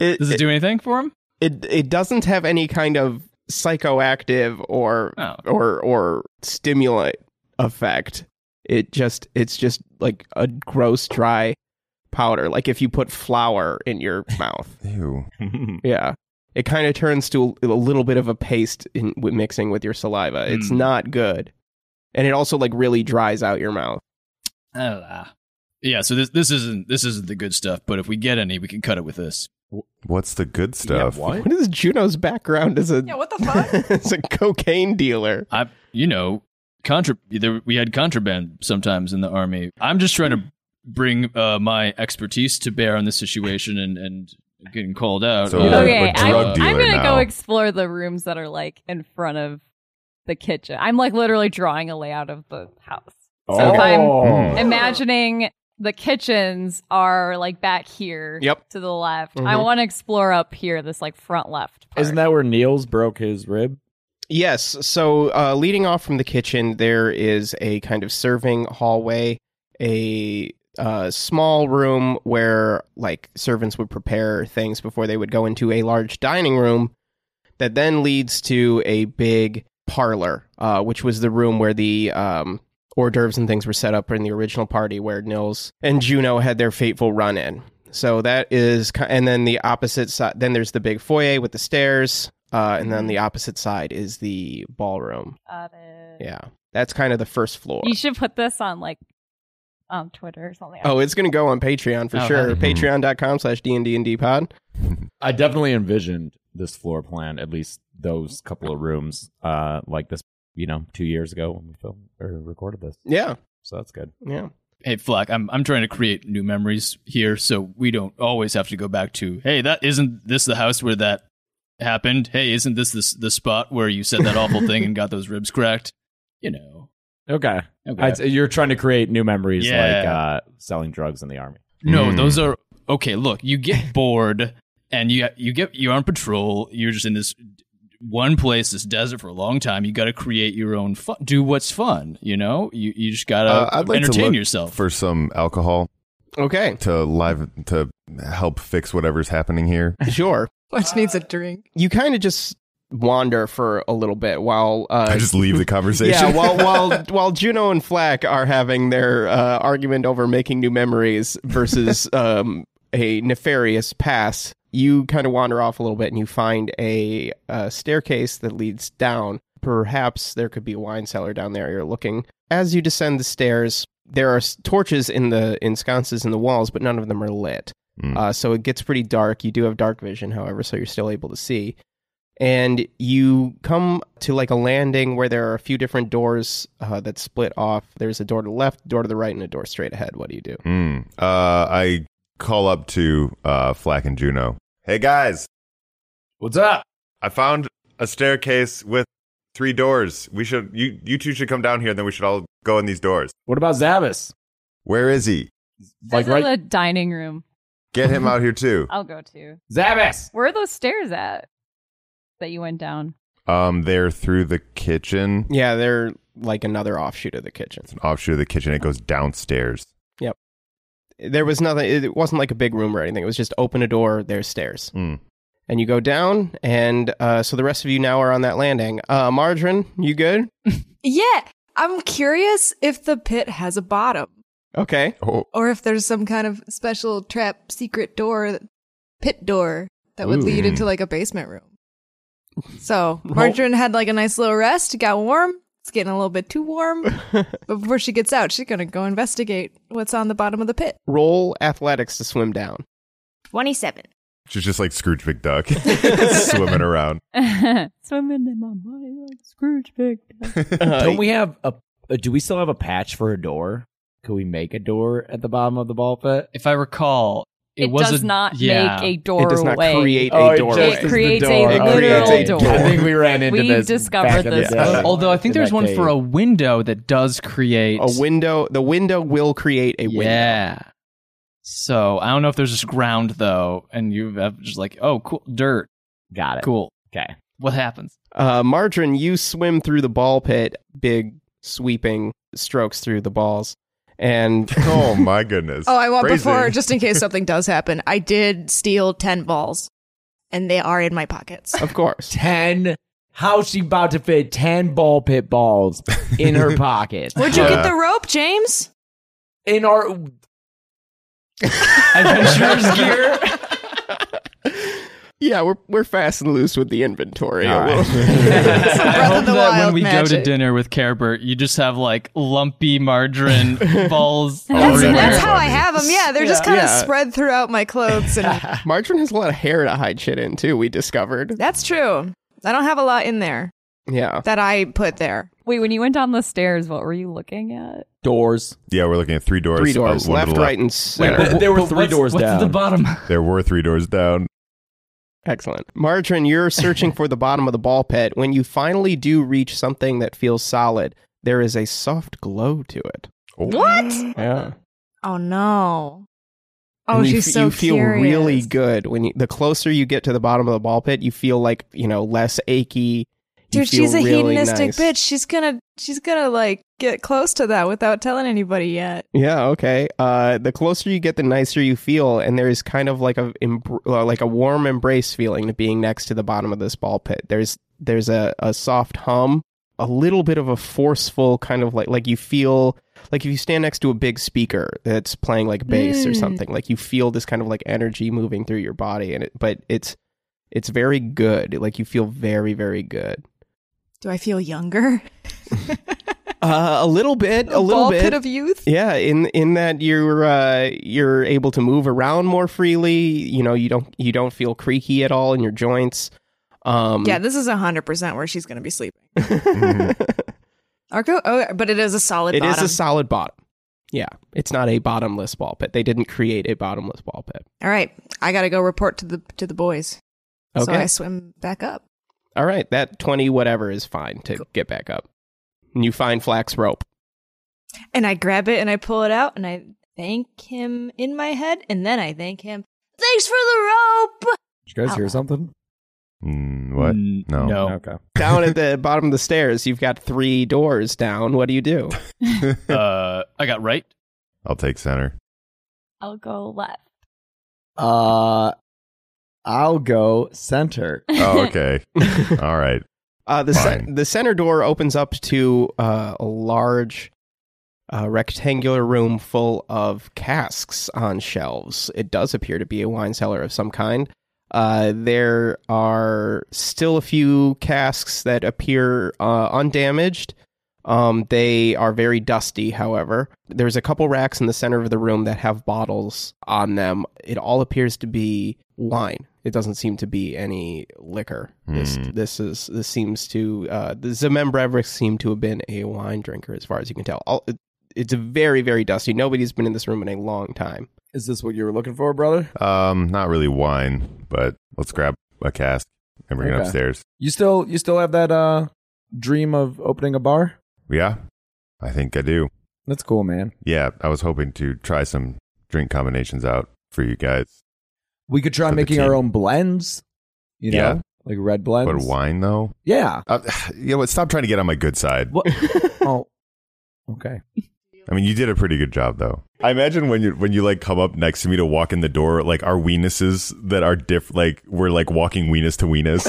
Speaker 2: It,
Speaker 8: Does it do anything for him?
Speaker 2: it it doesn't have any kind of psychoactive or
Speaker 8: Oh.
Speaker 2: or or stimulant effect. It just it's just like a gross dry powder, like if you put flour in your mouth.
Speaker 4: Ew.
Speaker 2: Yeah. It kind of turns to a, a little bit of a paste in with mixing with your saliva. It's
Speaker 8: Mm.
Speaker 2: not good. And it also like really dries out your mouth.
Speaker 8: Oh, ah.
Speaker 7: Yeah, so this this isn't this isn't the good stuff, but if we get any, we can cut it with this.
Speaker 4: What's the good stuff?
Speaker 2: What is Juno's background as a
Speaker 9: Yeah, what the fuck?
Speaker 2: as a cocaine dealer?
Speaker 7: I you know, contra there, we had contraband sometimes in the army. I'm just trying to bring uh, my expertise to bear on this situation and and getting called out.
Speaker 4: So
Speaker 7: Uh,
Speaker 4: we're- we're
Speaker 5: okay, I'm,
Speaker 4: drug
Speaker 5: I'm
Speaker 4: dealer
Speaker 5: gonna
Speaker 4: now.
Speaker 5: go explore the rooms that are like in front of the kitchen. I'm like literally drawing a layout of the house. So
Speaker 10: Oh.
Speaker 5: if I'm
Speaker 4: Mm.
Speaker 5: imagining the kitchens are like back here
Speaker 2: Yep.
Speaker 5: to the left, I
Speaker 2: Mhm.
Speaker 5: want to explore up here, this like front left. Part.
Speaker 10: Mm-hmm. Isn't that where Niels broke his rib?
Speaker 2: Yes. So, uh, leading off from the kitchen, there is a kind of serving hallway, a uh, small room where like servants would prepare things before they would go into a large dining room that then leads to a big parlor, uh, which was the room where the um, hors d'oeuvres and things were set up in the original party where Nils and Juno had their fateful run in. So that is, ki- and then the opposite side, then there's the big foyer with the stairs, uh, and then the opposite side is the ballroom.
Speaker 5: Got it.
Speaker 2: Yeah. That's kind of the first floor.
Speaker 5: You should put this on like um Twitter or something.
Speaker 2: Oh, it's going to go on Patreon for
Speaker 8: Oh,
Speaker 2: sure.
Speaker 4: okay.
Speaker 2: Patreon.com slash DNDND pod.
Speaker 10: I definitely envisioned this floor plan, at least those couple of rooms, uh, like this, you know, two years ago when we filmed or recorded this.
Speaker 2: Yeah.
Speaker 10: So that's good.
Speaker 2: Yeah.
Speaker 7: Hey Flack, I'm I'm trying to create new memories here, so we don't always have to go back to. Hey, that isn't this the house where that happened. Hey, isn't this this the spot where you said that awful thing and got those ribs cracked? You know.
Speaker 10: Okay.
Speaker 7: Okay.
Speaker 10: I'd say you're trying to create new memories like
Speaker 7: Yeah.
Speaker 10: uh, selling drugs in the army.
Speaker 7: no,
Speaker 4: Mm.
Speaker 7: those are okay. Look, you get bored and you you get you're on patrol. You're just in this one place, this desert for a long time. You got to create your own fun. Do what's fun. You know. You you just gotta
Speaker 4: Uh, I'd like to
Speaker 7: entertain
Speaker 4: look
Speaker 7: yourself.
Speaker 4: for some alcohol
Speaker 2: Okay.
Speaker 4: to live to help fix whatever's happening here.
Speaker 2: Sure.
Speaker 9: Which needs a drink.
Speaker 2: you kind of just wander for a little bit while uh,
Speaker 4: I just leave the conversation.
Speaker 2: yeah, while while while Juno and Flack are having their uh, argument over making new memories versus um, a nefarious past, you kind of wander off a little bit and you find a, a staircase that leads down. Perhaps there could be a wine cellar down there. You're looking as you descend the stairs. There are s- torches in the in sconces in the walls, but none of them are lit.
Speaker 4: Mm.
Speaker 2: Uh, so it gets pretty dark. You do have dark vision, however, so you're still able to see and you come to like a landing where there are a few different doors uh, that split off. There's a door to the left, door to the right, and a door straight ahead. What do you do?
Speaker 4: Hmm. Uh, I call up to uh, Flack and Juno. Hey guys,
Speaker 7: what's up?
Speaker 4: I found a staircase with three doors. We should you you two should come down here, and then we should all go in these doors.
Speaker 10: What about Zavis?
Speaker 4: Where is he?
Speaker 10: Like
Speaker 5: This is
Speaker 10: right,
Speaker 5: the dining room.
Speaker 4: Get him out here too.
Speaker 5: I'll go to.
Speaker 10: Zavis.
Speaker 5: Where are those stairs at that you went down?
Speaker 4: Um, they're through the kitchen.
Speaker 2: Yeah, they're like another offshoot of the kitchen.
Speaker 4: It's an offshoot of the kitchen. It goes downstairs.
Speaker 2: There was nothing, it wasn't like a big room or anything. It was just open a door, there's stairs.
Speaker 4: Mm.
Speaker 2: And you go down, and uh, so the rest of you now are on that landing. Uh, Margarine, you good?
Speaker 9: Yeah, I'm curious if the pit has a bottom
Speaker 2: Okay.
Speaker 4: Oh,
Speaker 9: or if there's some kind of special trap secret door, that- pit door that would lead
Speaker 4: Ooh.
Speaker 9: into like a basement room. So Margarine had like a nice little rest, got warm. It's getting a little bit too warm. but before she gets out, she's going to go investigate what's on the bottom of the pit.
Speaker 2: Roll athletics to swim down.
Speaker 11: 27.
Speaker 4: she's just like Scrooge McDuck swimming around.
Speaker 5: Swimming in my body like Scrooge Big.
Speaker 2: Uh,
Speaker 10: don't we have a, uh do we still have a patch for a door? Could we make a door at the bottom of the ball pit?
Speaker 7: If I recall, it,
Speaker 5: It,
Speaker 7: was
Speaker 5: does
Speaker 7: a,
Speaker 5: not
Speaker 7: yeah.
Speaker 5: make a doorway.
Speaker 2: does not create a
Speaker 10: Oh, it just
Speaker 2: doorway.
Speaker 10: is
Speaker 5: It
Speaker 10: the
Speaker 5: creates
Speaker 10: door.
Speaker 5: a
Speaker 2: It creates a
Speaker 5: literal door.
Speaker 10: I think we ran into
Speaker 5: We've
Speaker 10: this.
Speaker 5: discovered
Speaker 10: back in the
Speaker 5: this.
Speaker 10: day.
Speaker 2: Yeah.
Speaker 7: Although I think
Speaker 10: In
Speaker 7: there's
Speaker 10: that
Speaker 7: one
Speaker 10: cave.
Speaker 7: for a window that does create
Speaker 2: A window, the window will create a window.
Speaker 7: Yeah. So I don't know if there's just ground though, and you have just like, oh, cool, dirt,
Speaker 10: Got it.
Speaker 7: cool.
Speaker 10: Okay.
Speaker 7: What happens?
Speaker 2: Uh, Margarine, you swim through the ball pit, big sweeping strokes through the balls, and
Speaker 4: Oh my goodness.
Speaker 9: Oh, I want
Speaker 4: Crazy.
Speaker 9: before, just in case something does happen. I did steal 10 balls, and they are in my pockets.
Speaker 2: of course,
Speaker 10: Ten. How's she about to fit ten ball pit balls in her pocket?
Speaker 9: Where'd you
Speaker 4: Yeah.
Speaker 9: get the rope, James?
Speaker 10: in our
Speaker 7: Adventurer's gear.
Speaker 2: yeah, we're we're fast and loose with the inventory.
Speaker 10: All right.
Speaker 9: Some
Speaker 7: I
Speaker 9: Breath of
Speaker 7: hope
Speaker 9: the
Speaker 7: that when
Speaker 9: Wild
Speaker 7: we go to
Speaker 9: magic.
Speaker 7: dinner with Kerbert, you just have like lumpy margarine balls
Speaker 9: That's,
Speaker 7: everywhere.
Speaker 9: that's how I
Speaker 4: Funny.
Speaker 9: have them. Yeah, they're just kind of
Speaker 2: Yeah.
Speaker 9: spread throughout my clothes, and
Speaker 2: Margarine has a lot of hair to hide shit in too. We discovered.
Speaker 9: that's true. I don't have a lot in there
Speaker 2: Yeah,
Speaker 9: that I put there.
Speaker 5: Wait, when you went down the stairs, what were you looking at?
Speaker 10: doors.
Speaker 4: Yeah, we're looking at three doors.
Speaker 2: three
Speaker 4: uh, one
Speaker 2: doors,
Speaker 4: to the
Speaker 2: left, right, and
Speaker 10: Wait,
Speaker 2: center.
Speaker 10: but there were three
Speaker 7: what's,
Speaker 10: doors
Speaker 7: what's
Speaker 10: down.
Speaker 7: the bottom?
Speaker 4: There were three doors down.
Speaker 2: Excellent, Margarine. You're searching for the bottom of the ball pit. When you finally do reach something that feels solid, there is a soft glow to it.
Speaker 4: Oh.
Speaker 9: What?
Speaker 2: Yeah.
Speaker 9: Oh no! Oh,
Speaker 2: And you
Speaker 9: she's
Speaker 2: f-
Speaker 9: so
Speaker 2: you feel
Speaker 9: curious.
Speaker 2: really good when you, the closer you get to the bottom of the ball pit, you feel like you know less achy. You
Speaker 9: Dude,
Speaker 2: feel
Speaker 9: she's a
Speaker 2: really
Speaker 9: hedonistic
Speaker 2: nice.
Speaker 9: bitch. She's gonna, she's gonna like get close to that without telling anybody yet.
Speaker 2: Yeah, okay. Uh, the closer you get, the nicer you feel, and there is kind of like a embr- uh, like a warm embrace feeling to being next to the bottom of this ball pit. There's there's a, a soft hum, a little bit of a forceful kind of like like you feel like if you stand next to a big speaker that's playing like bass or
Speaker 9: Mm.
Speaker 2: something, like you feel this kind of like energy moving through your body, and it but it's it's very good. Like you feel very very good.
Speaker 9: Do I feel younger?
Speaker 2: Uh, a little bit, a little
Speaker 9: ball
Speaker 2: bit
Speaker 9: pit of youth.
Speaker 2: Yeah, in in that you're uh, you're able to move around more freely. You know, you don't you don't feel creaky at all in your joints. Um,
Speaker 9: Yeah, this is hundred percent where she's gonna be sleeping.
Speaker 2: it
Speaker 9: Arco, oh, but it is a solid.
Speaker 2: is
Speaker 9: bottom.
Speaker 2: a solid bottom. Yeah, it's not a bottomless ball pit. They didn't create a bottomless ball pit.
Speaker 9: All right, I gotta go report to the to the boys. So
Speaker 2: Okay.
Speaker 9: I swim back up.
Speaker 2: All right, that twenty whatever is fine to get back up. And you find flax rope.
Speaker 9: And I grab it and I pull it out and I thank him in my head and then I thank him. Thanks for the rope.
Speaker 10: Did you guys
Speaker 9: hear
Speaker 10: hear something?
Speaker 4: Mm, what?
Speaker 7: Mm,
Speaker 4: No.
Speaker 7: No.
Speaker 10: Okay.
Speaker 2: Down at the bottom of the stairs, you've got three doors down. What do you do?
Speaker 7: Uh, I got right.
Speaker 4: I'll take center.
Speaker 5: I'll go left.
Speaker 10: Uh, I'll go center.
Speaker 4: Oh, okay. All right.
Speaker 2: Uh, the ce- the center door opens up to uh, a large uh, rectangular room full of casks on shelves. It does appear to be a wine cellar of some kind. Uh, there are still a few casks that appear uh, undamaged. Um, they are very dusty, however. There's a couple racks in the center of the room that have bottles on them. It all appears to be wine. It doesn't seem to be any liquor. This
Speaker 4: Hmm.
Speaker 2: this is this seems to uh, the Zemem Brevik seem to have been a wine drinker, as far as you can tell. All, it- it's very very dusty. Nobody's been in this room in a long time.
Speaker 10: Is this what you were looking for, brother?
Speaker 4: Um, not really wine, but let's grab a cask and bring it
Speaker 10: Okay.
Speaker 4: upstairs.
Speaker 10: You still you still have that uh dream of opening a bar?
Speaker 4: Yeah, I think I do.
Speaker 10: That's cool, man.
Speaker 4: Yeah, I was hoping to try some drink combinations out for you guys.
Speaker 10: We could try
Speaker 4: For the
Speaker 10: making our
Speaker 4: team.
Speaker 10: own blends. You know,
Speaker 4: Yeah.
Speaker 10: like red blends.
Speaker 4: But wine, though?
Speaker 10: Yeah.
Speaker 4: Uh, you know what? Stop trying to get on my good side.
Speaker 10: oh. Okay.
Speaker 4: I mean, you did a pretty good job, though. I imagine when you when you like come up next to me to walk in the door, like our weenuses that are diff, like we're like walking weenus to weenus,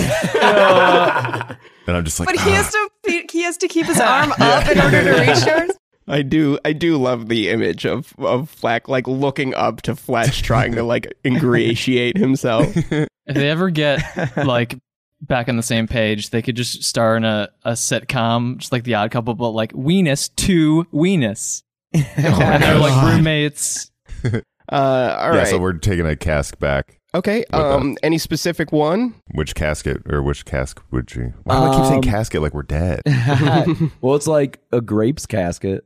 Speaker 4: and I'm just like,
Speaker 9: but he
Speaker 4: "Ah."
Speaker 9: has to he has to keep his arm up in order to reach yours.
Speaker 2: I do I do love the image of of Flack like looking up to Fletch trying to like ingratiate himself.
Speaker 7: If they ever get like back on the same page, they could just star in a, a sitcom, just like The Odd Couple, but like Weenus to Weenus. and they're like roommates.
Speaker 2: Uh, all
Speaker 4: yeah,
Speaker 2: right.
Speaker 4: so we're taking a cask back.
Speaker 2: okay.
Speaker 4: What the-
Speaker 2: Um, any specific one?
Speaker 4: Which casket or which cask would you? Why do I keep saying
Speaker 10: Um,
Speaker 4: casket like we're dead?
Speaker 10: well, it's like a grapes casket.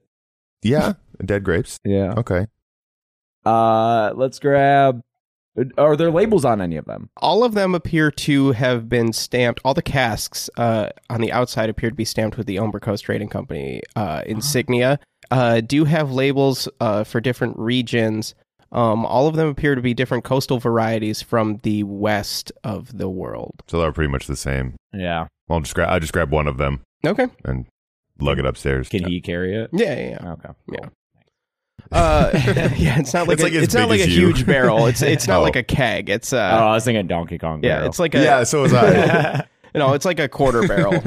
Speaker 4: yeah, dead grapes.
Speaker 10: Yeah.
Speaker 4: Okay.
Speaker 10: Uh let's grab uh, are there labels on any of them?
Speaker 2: All of them appear to have been stamped. All the casks uh, on the outside appear to be stamped with the Umber Coast Trading Company uh, insignia. Uh, do have labels uh, for different regions. Um, all of them appear to be different coastal varieties from the west of the world.
Speaker 4: So they're pretty much the same.
Speaker 10: Yeah.
Speaker 4: Well, I'll just grab. I just grab one of them
Speaker 2: Okay.
Speaker 4: and lug it upstairs.
Speaker 10: Can he carry it?
Speaker 2: Yeah, yeah, yeah.
Speaker 10: Okay.
Speaker 2: Yeah. Uh, yeah, it's not like
Speaker 4: It's
Speaker 2: a,
Speaker 4: like as
Speaker 2: it's not
Speaker 4: big
Speaker 2: like a
Speaker 4: as you.
Speaker 2: huge barrel. It's it's not
Speaker 4: Oh.
Speaker 2: like a keg. It's
Speaker 10: Oh,
Speaker 2: uh,
Speaker 10: I was thinking Donkey Kong.
Speaker 2: yeah,
Speaker 10: barrel.
Speaker 2: it's like a
Speaker 4: yeah, so was I.
Speaker 2: no, it's like a quarter barrel.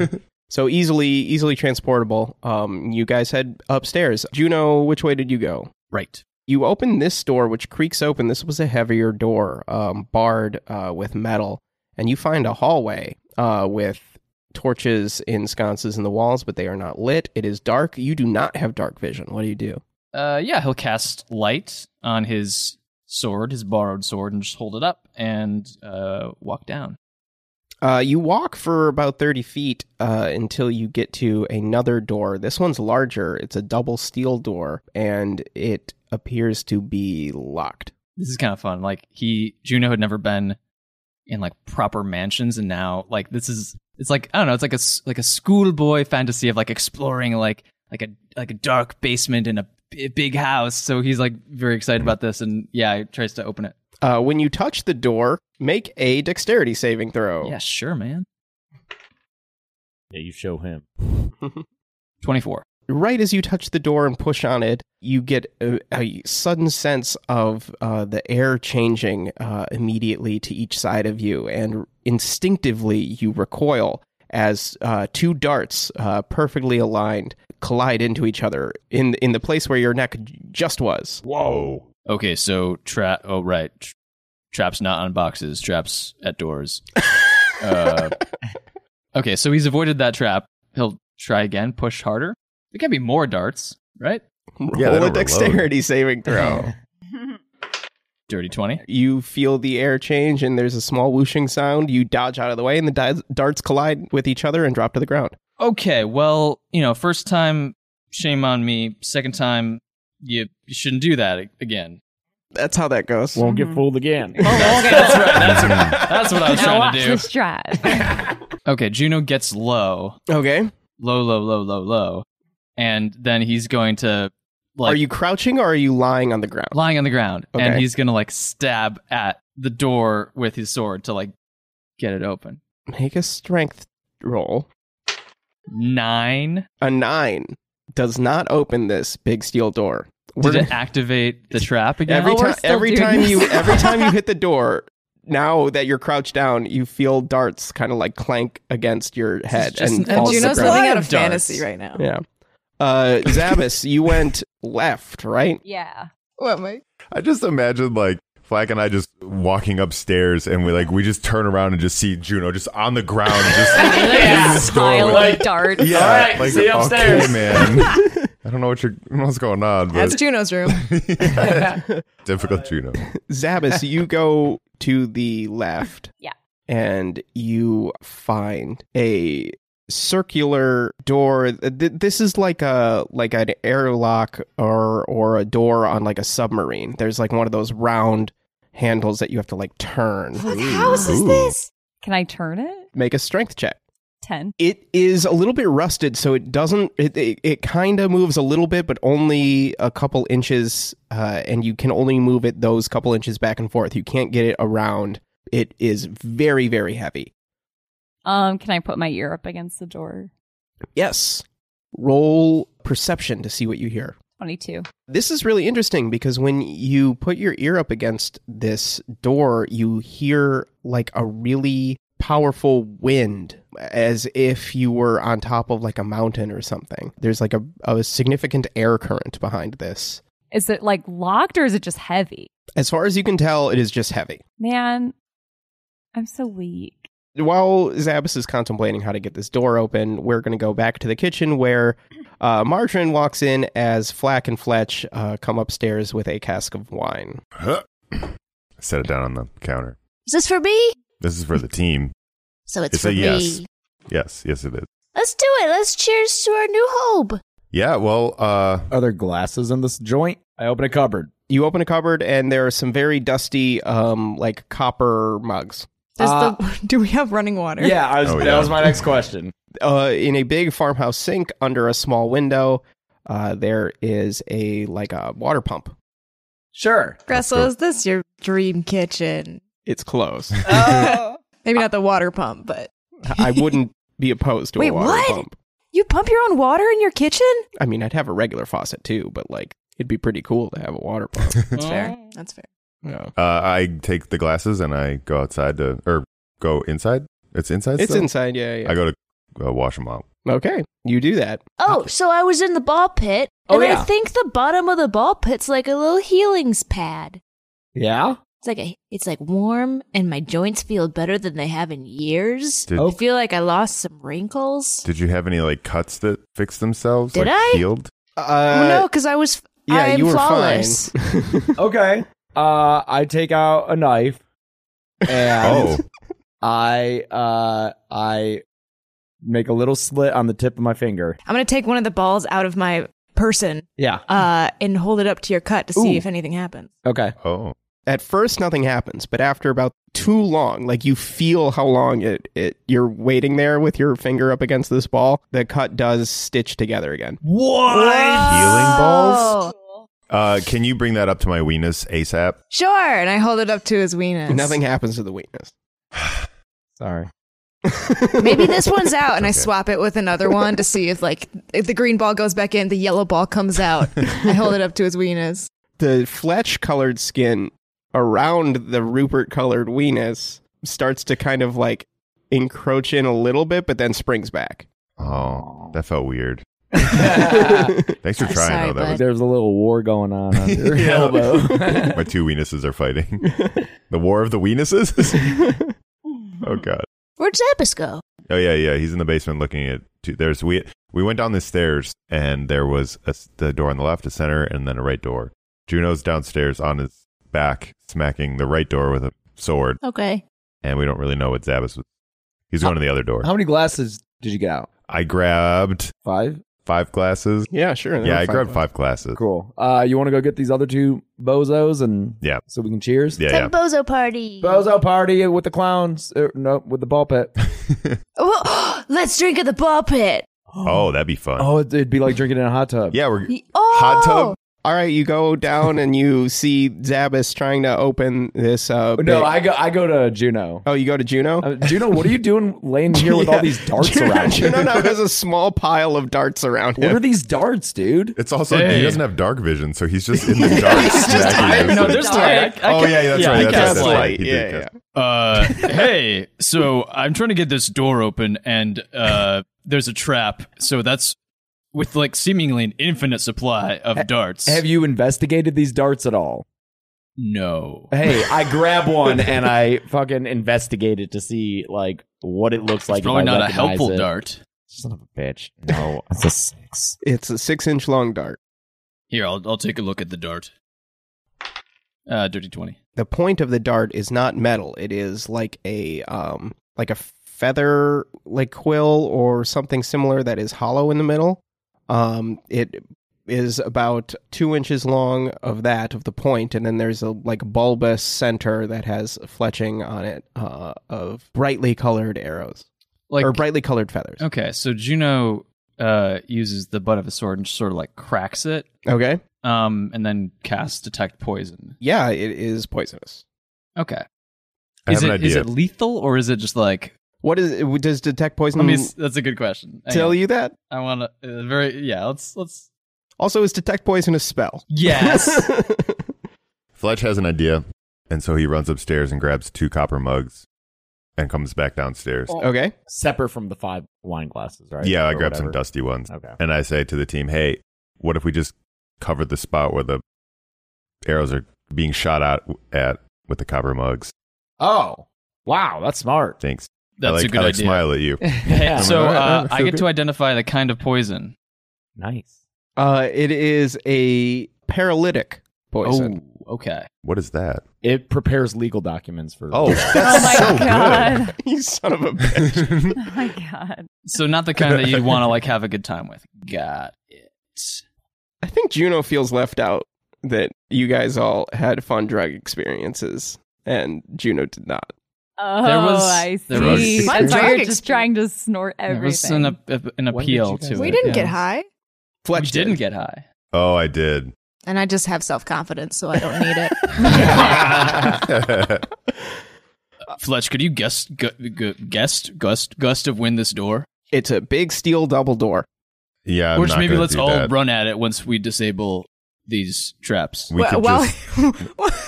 Speaker 2: So easily, easily transportable. Um, you guys head upstairs. Juno, which way did you go?
Speaker 7: Right.
Speaker 2: You open this door, which creaks open. This was a heavier door, um, barred uh, with metal, and you find a hallway uh, with torches in sconces in the walls, but they are not lit. It is dark. You do not have dark vision. What do you do?
Speaker 7: Uh, yeah, he'll cast light on his sword, his borrowed sword, and just hold it up and uh, walk down.
Speaker 2: Uh, you walk for about 30 feet uh, until you get to another door. This one's larger. It's a double steel door, and it appears to be locked.
Speaker 7: This is kind of fun. Like he Juno had never been in like proper mansions, and now like this is it's like I don't know. It's like a s- like a schoolboy fantasy of like exploring like like a like a dark basement in a b- big house. So he's like very excited about this, and yeah, he tries to open it.
Speaker 2: Uh, when you touch the door, make a dexterity saving throw.
Speaker 7: Yeah, sure, man.
Speaker 10: yeah, you show him.
Speaker 7: Twenty four.
Speaker 2: Right as you touch the door and push on it, you get a, a sudden sense of uh, the air changing uh, immediately to each side of you, and instinctively you recoil as uh, two darts, uh, perfectly aligned, collide into each other in in the place where your neck j- just was.
Speaker 4: Whoa.
Speaker 7: Okay, so trap. Oh, right. Tr- Traps not on boxes. Traps at doors. uh, okay, so he's avoided that trap. He'll try again. Push harder. There can be more darts, right?
Speaker 4: Yeah, they
Speaker 2: Roll a
Speaker 4: don't
Speaker 2: dexterity saving throw.
Speaker 7: Dirty twenty.
Speaker 2: You feel the air change, and there's a small whooshing sound. You dodge out of the way, and the di- darts collide with each other and drop to the ground.
Speaker 7: Okay, well, you know, first time, shame on me. Second time, you, you shouldn't do that a- again.
Speaker 2: That's how that goes.
Speaker 10: Won't get fooled again.
Speaker 7: That's, that's right. That's, that's what I was
Speaker 5: Now
Speaker 7: trying
Speaker 5: watch
Speaker 7: to do.
Speaker 5: this drive.
Speaker 7: Okay, Juno gets low,
Speaker 2: okay.
Speaker 7: low, low, low, low, low, and then he's going to like
Speaker 2: are you crouching or are you lying on the ground?
Speaker 7: lying on the ground, and
Speaker 2: Okay.
Speaker 7: he's gonna like stab at the door with his sword to like get it open.
Speaker 2: Make a strength roll.
Speaker 7: Nine.
Speaker 2: A nine does not open this big steel door.
Speaker 7: Did
Speaker 2: We're-
Speaker 7: it activate the trap again?
Speaker 2: every
Speaker 5: Oh, we're
Speaker 2: time,
Speaker 5: still
Speaker 2: every
Speaker 5: doing
Speaker 2: time you,
Speaker 5: this.
Speaker 2: every time you hit the door, now that you're crouched down, you feel darts kind of like clank against your head.
Speaker 9: just
Speaker 2: and
Speaker 9: an-
Speaker 2: fall to the
Speaker 9: Juno's
Speaker 2: ground.
Speaker 9: living out a fantasy right now.
Speaker 2: Yeah. Uh, Zabbis, you went left, right?
Speaker 5: Yeah.
Speaker 9: What, Mike?
Speaker 4: I just imagine like Flack and I just walking upstairs, and we like we just turn around and just see Juno just on the ground, just in this
Speaker 5: Pile
Speaker 4: doorway.
Speaker 5: of darts.
Speaker 4: Yeah, like,
Speaker 9: see you
Speaker 4: okay,
Speaker 9: upstairs.
Speaker 4: man. I don't know what you're, I don't know what's going on,
Speaker 9: That's
Speaker 4: but
Speaker 9: Juno's room.
Speaker 4: difficult Juno.
Speaker 2: Zabbis, you go to the left.
Speaker 5: Yeah.
Speaker 2: And you find a circular door. Th- This is like a like an airlock or or a door on like a submarine. There's like one of those round handles that you have to like turn.
Speaker 5: What house is this? Can I turn it?
Speaker 2: Make a strength check.
Speaker 5: 10.
Speaker 2: It is a little bit rusted, so it doesn't. It it, it kind of moves a little bit, but only a couple inches, uh, and you can only move it those couple inches back and forth. You can't get it around. It is very very heavy.
Speaker 5: Um, can I put my ear up against the door?
Speaker 2: Yes. Roll perception to see what you hear.
Speaker 5: 22.
Speaker 2: This is really interesting because when you put your ear up against this door, you hear like a really powerful wind as if you were on top of like a mountain or something. There's like a, a significant air current behind this.
Speaker 5: Is it like locked or is it just heavy?
Speaker 2: As far as you can tell, it is just heavy.
Speaker 5: Man, I'm so weak.
Speaker 2: While Zabas is contemplating how to get this door open, we're going to go back to the kitchen where uh, Martrin walks in as Flack and Fletch uh, come upstairs with a cask of wine.
Speaker 4: Set it down on the counter.
Speaker 11: Is this for me?
Speaker 4: This is for the team.
Speaker 11: So it's,
Speaker 4: It's
Speaker 11: for
Speaker 4: a
Speaker 11: me.
Speaker 4: yes. Yes, yes, it is.
Speaker 11: Let's do it. Let's cheers to our new hope.
Speaker 4: Yeah, well, uh
Speaker 10: Are there glasses in this joint? I open a cupboard.
Speaker 2: You open a cupboard and there are some very dusty, um, like copper mugs.
Speaker 9: Does
Speaker 10: Uh,
Speaker 9: the, do we have running water?
Speaker 10: Yeah, I was,
Speaker 4: Oh, yeah.
Speaker 10: that was my next question.
Speaker 2: Uh, in a big farmhouse sink under a small window, uh, there is a like a water pump.
Speaker 10: Sure.
Speaker 9: Gressel, is this your dream kitchen?
Speaker 2: It's closed.
Speaker 9: Maybe not the water pump, but
Speaker 2: I wouldn't be opposed to
Speaker 9: Wait,
Speaker 2: a water
Speaker 9: what?
Speaker 2: pump.
Speaker 9: you pump your own water in your kitchen?
Speaker 2: I mean, I'd have a regular faucet too, but like it'd be pretty cool to have a water pump.
Speaker 9: That's fair. That's fair.
Speaker 2: yeah.
Speaker 4: uh I take the glasses and I go outside to or go inside. It's inside.
Speaker 2: It's
Speaker 4: still?
Speaker 2: inside. Yeah, yeah.
Speaker 4: I go to uh, wash them out.
Speaker 2: Okay, you do that.
Speaker 11: Oh, so I was in the ball pit,
Speaker 10: Oh,
Speaker 11: and I
Speaker 10: yeah.
Speaker 11: think the bottom of the ball pit's like a little healing's pad.
Speaker 10: Yeah.
Speaker 11: It's like a, it's like warm, and my joints feel better than they have in years.
Speaker 4: Did-
Speaker 11: I feel like I lost some wrinkles.
Speaker 4: Did you have any like cuts that fixed themselves?
Speaker 11: Did
Speaker 4: like
Speaker 11: I?
Speaker 4: healed?
Speaker 2: Uh,
Speaker 11: Oh, no, because I was.
Speaker 2: yeah,
Speaker 11: I am
Speaker 2: you were
Speaker 11: flawless.
Speaker 2: fine.
Speaker 10: Okay. Uh, I take out a knife
Speaker 4: Oh.
Speaker 10: and I uh, I make a little slit on the tip of my finger.
Speaker 9: I'm gonna take one of the balls out of my person
Speaker 10: Yeah.
Speaker 9: uh, and hold it up to your cut to see
Speaker 10: Ooh.
Speaker 9: if anything happens.
Speaker 10: Okay.
Speaker 4: Oh.
Speaker 2: At first, nothing happens, but after about too long, like you feel how long it, it you're waiting there with your finger up against this ball, the cut does stitch together again.
Speaker 4: Healing balls?
Speaker 9: Oh,
Speaker 4: Uh, can you bring that up to my weenus ASAP?
Speaker 9: sure. And I hold it up to his weenus.
Speaker 2: Nothing happens to the weakness.
Speaker 10: Sorry.
Speaker 9: Maybe this one's out, and I
Speaker 4: Okay.
Speaker 9: swap it with another one to see if like if the green ball goes back in, the yellow ball comes out. I hold it up to his weenus.
Speaker 2: The fletch colored skin around the Rupert colored weenus starts to kind of like encroach in a little bit, but then springs back.
Speaker 4: Oh, that felt weird.
Speaker 10: There's
Speaker 4: Thanks for
Speaker 11: I'm
Speaker 4: trying,
Speaker 11: sorry,
Speaker 4: though. That was
Speaker 10: a little war going on under your
Speaker 4: Yeah.
Speaker 10: elbow.
Speaker 4: my two weenuses are fighting. the war of the weenuses? oh, God.
Speaker 11: Where'd Zappis go?
Speaker 4: Oh, yeah, yeah. He's in the basement looking at. Two, there's we we went down the stairs and there was a, s- the door on the left, a center, and then a right door. Juno's downstairs on his back, smacking the right door with a sword,
Speaker 11: Okay.
Speaker 4: and we don't really know what Zabbis was. He's going to the other door.
Speaker 10: How many glasses did you get out?
Speaker 4: I grabbed
Speaker 10: Five.
Speaker 4: five glasses.
Speaker 2: Yeah, sure.
Speaker 4: Yeah, I grabbed five glasses.
Speaker 10: Cool. Uh, you want to go get these other two bozos and
Speaker 4: Yeah.
Speaker 10: so we can cheers.
Speaker 4: Yeah,
Speaker 11: It's
Speaker 4: yeah.
Speaker 11: like bozo party.
Speaker 10: Bozo party with the clowns. Er, no, with the ball pit.
Speaker 11: Oh, let's drink at the ball pit.
Speaker 4: Oh, that'd be fun.
Speaker 10: Oh, it'd be like drinking in a hot tub.
Speaker 4: Yeah, we're
Speaker 11: Oh,
Speaker 4: hot tub.
Speaker 2: All right, you go down and you see Zabas trying to open this. Uh,
Speaker 10: Oh, No, I go. I go to Juno.
Speaker 2: Oh, you go to Juno.
Speaker 10: Juno, what are you doing laying here with all these darts
Speaker 2: Juno,
Speaker 10: around you?
Speaker 2: Juno now has a small pile of darts around him.
Speaker 10: What are these darts, dude?
Speaker 4: It's also
Speaker 2: Hey.
Speaker 4: he doesn't have dark vision, so he's just in the dark.
Speaker 2: He's just
Speaker 4: smacking
Speaker 2: hiding
Speaker 4: us.
Speaker 2: in the No, there's dark. light. I- I
Speaker 4: oh
Speaker 2: can-
Speaker 4: yeah, yeah, that's
Speaker 2: yeah, I
Speaker 4: right. That's
Speaker 2: cast
Speaker 4: right. That's
Speaker 2: light.
Speaker 4: right. He did
Speaker 2: Yeah,
Speaker 4: cast-
Speaker 7: Uh, hey, so I'm trying to get this door open, and uh, there's a trap. So that's with like seemingly an infinite supply
Speaker 10: Ha-
Speaker 7: of darts.
Speaker 10: Have you investigated these darts at all?
Speaker 7: No.
Speaker 10: Hey, I grab one and I fucking investigate it to see like what it looks like. if
Speaker 7: probably
Speaker 10: I
Speaker 7: not a
Speaker 10: recognize
Speaker 7: helpful
Speaker 10: it.
Speaker 7: dart.
Speaker 10: Son of a bitch. No, it's a six.
Speaker 2: It's a six-inch long dart.
Speaker 7: Here, I'll I'll take a look at the dart. Uh, dirty twenty.
Speaker 2: The point of the dart is not metal. It is like a um like a feather like quill or something similar that is hollow in the middle. Um, it is about two inches long of that of the point, and then there's a like bulbous center that has fletching on it uh, of brightly colored arrows,
Speaker 7: Like-
Speaker 2: or brightly colored feathers.
Speaker 7: Okay, so Juno uh, uses the butt of a sword and sort of like cracks it.
Speaker 2: Okay.
Speaker 7: Um, and then casts detect poison.
Speaker 2: Yeah, it is poisonous.
Speaker 7: Okay.
Speaker 4: I
Speaker 7: is
Speaker 4: have
Speaker 7: it
Speaker 4: an
Speaker 7: is
Speaker 4: idea.
Speaker 7: it lethal or is it just like?
Speaker 2: What is it? Does detect poison
Speaker 7: I
Speaker 10: Mm.
Speaker 7: mean, s- that's a good question. Hang
Speaker 2: tell
Speaker 7: on.
Speaker 2: you that?
Speaker 7: I want to uh, very yeah. Let's let's
Speaker 2: Also, is detect poison a spell?
Speaker 7: yes.
Speaker 4: Fletch has an idea, and so he runs upstairs and grabs two copper mugs, and comes back downstairs.
Speaker 2: Okay.
Speaker 10: Separate from the five wine glasses, Oh, right?
Speaker 4: Yeah, I
Speaker 10: Or
Speaker 4: grabbed some
Speaker 10: whatever.
Speaker 4: dusty ones.
Speaker 10: Okay.
Speaker 4: And I say to the team, hey, what if we just cover the spot where the arrows are being shot out at with the copper mugs?
Speaker 10: Oh, wow, that's smart.
Speaker 4: Thanks.
Speaker 7: That's
Speaker 4: I like,
Speaker 7: a good
Speaker 4: I like
Speaker 7: idea.
Speaker 4: smile at you.
Speaker 7: Hey, so
Speaker 4: Alright,
Speaker 7: uh,
Speaker 4: alright,
Speaker 7: I
Speaker 4: feel
Speaker 7: get
Speaker 4: good.
Speaker 7: to identify the kind of poison.
Speaker 10: Nice.
Speaker 2: Uh, it is a paralytic poison.
Speaker 7: Oh, okay.
Speaker 4: What is that?
Speaker 10: It prepares legal documents for.
Speaker 4: Oh, that's so good.
Speaker 2: you son of a bitch.
Speaker 5: Oh my god.
Speaker 7: So not the kind that you'd want to like have a good time with. Got it.
Speaker 2: I think Juno feels left out that you guys all had fun drug experiences and Juno did not.
Speaker 5: Oh,
Speaker 7: There was-
Speaker 5: I see.
Speaker 7: there was-
Speaker 5: I
Speaker 9: My
Speaker 5: thought you were
Speaker 9: drug
Speaker 5: just trying to snort
Speaker 7: There was
Speaker 5: everything.
Speaker 7: an, ap- ap- an
Speaker 10: When did you
Speaker 7: appeal
Speaker 10: guys-
Speaker 7: to it.
Speaker 9: We didn't get
Speaker 7: yeah.
Speaker 9: high.
Speaker 2: Fletch
Speaker 7: We didn't get high.
Speaker 4: Oh, I did.
Speaker 9: And I just have self confidence, so I don't need it.
Speaker 7: Uh, Fletch, could you guess gu- gu- guess gust gust of win this door?
Speaker 2: It's a big steel double door.
Speaker 4: yeah, I'm
Speaker 7: Which
Speaker 4: not
Speaker 7: maybe
Speaker 4: gonna
Speaker 7: let's
Speaker 4: do
Speaker 7: all
Speaker 4: that.
Speaker 7: run at it once we disable these traps.
Speaker 4: We could
Speaker 9: well,
Speaker 4: just,
Speaker 9: well-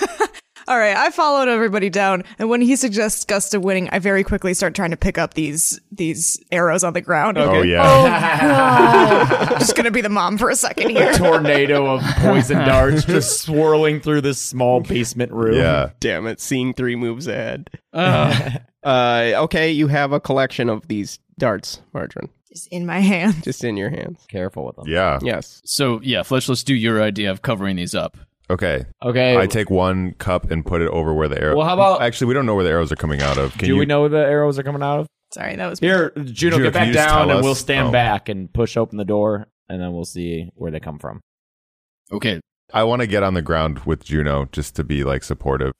Speaker 9: all right. I followed everybody down, and when he suggests Gust of winning, I very quickly start trying to pick up these these arrows on the ground.
Speaker 4: oh yeah,
Speaker 9: I'm just gonna be the mom for a second
Speaker 10: A
Speaker 9: here.
Speaker 10: tornado of poison darts just swirling through this small basement
Speaker 9: Oh.
Speaker 10: room.
Speaker 4: yeah. Uh-huh.
Speaker 2: Damn it, seeing three moves ahead.
Speaker 7: Uh,
Speaker 2: Uh, okay, you have a collection of these darts, Margarine,
Speaker 9: Just in my hand.
Speaker 2: just in your hands.
Speaker 10: Careful with them.
Speaker 4: Yeah.
Speaker 2: Yes.
Speaker 7: so yeah, Fletch, let's do your idea of covering these up.
Speaker 4: Okay.
Speaker 10: Okay.
Speaker 4: I take one cup and put it over where the arrow.
Speaker 10: Well, how about-
Speaker 4: Actually, we don't know where the arrows are coming out of. Can
Speaker 10: Do
Speaker 4: you
Speaker 10: we know the arrows are coming out of?
Speaker 9: Sorry, that was
Speaker 10: Here, Juno,
Speaker 4: Juno,
Speaker 10: get
Speaker 4: can
Speaker 10: back
Speaker 4: you just tell
Speaker 10: down, and
Speaker 4: us?
Speaker 10: we'll stand
Speaker 4: Oh.
Speaker 10: back and push open the door, and then we'll see where they come from.
Speaker 7: Okay,
Speaker 4: I want to get on the ground with Juno just to be like supportive,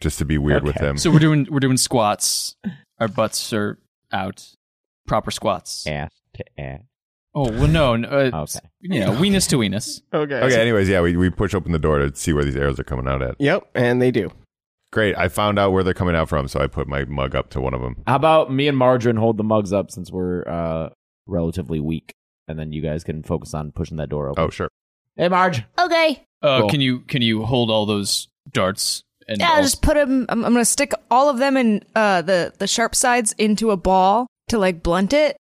Speaker 4: just to be weird with
Speaker 10: Okay.
Speaker 4: him.
Speaker 7: so we're doing we're doing squats. Our butts are out. Proper squats.
Speaker 10: Ass to ass.
Speaker 7: Oh well, no, no uh,
Speaker 10: Okay.
Speaker 7: yeah, weenus to weenus.
Speaker 2: Okay.
Speaker 4: okay. Anyways, yeah, we, we push open the door to see where these arrows are coming out at.
Speaker 2: Yep, and they do.
Speaker 4: Great. I found out where they're coming out from, so I put my mug up to one of them.
Speaker 10: How about me and Margarine hold the mugs up since we're uh, relatively weak, and then you guys can focus on pushing that door open.
Speaker 4: Oh, sure.
Speaker 10: Hey, Marge.
Speaker 11: Okay.
Speaker 7: Uh,
Speaker 10: Cool.
Speaker 7: Can you can you hold all those darts? And
Speaker 9: Yeah,
Speaker 7: all-
Speaker 9: I'll just put them. I'm, I'm gonna stick all of them in uh, the the sharp sides into a ball to like blunt it,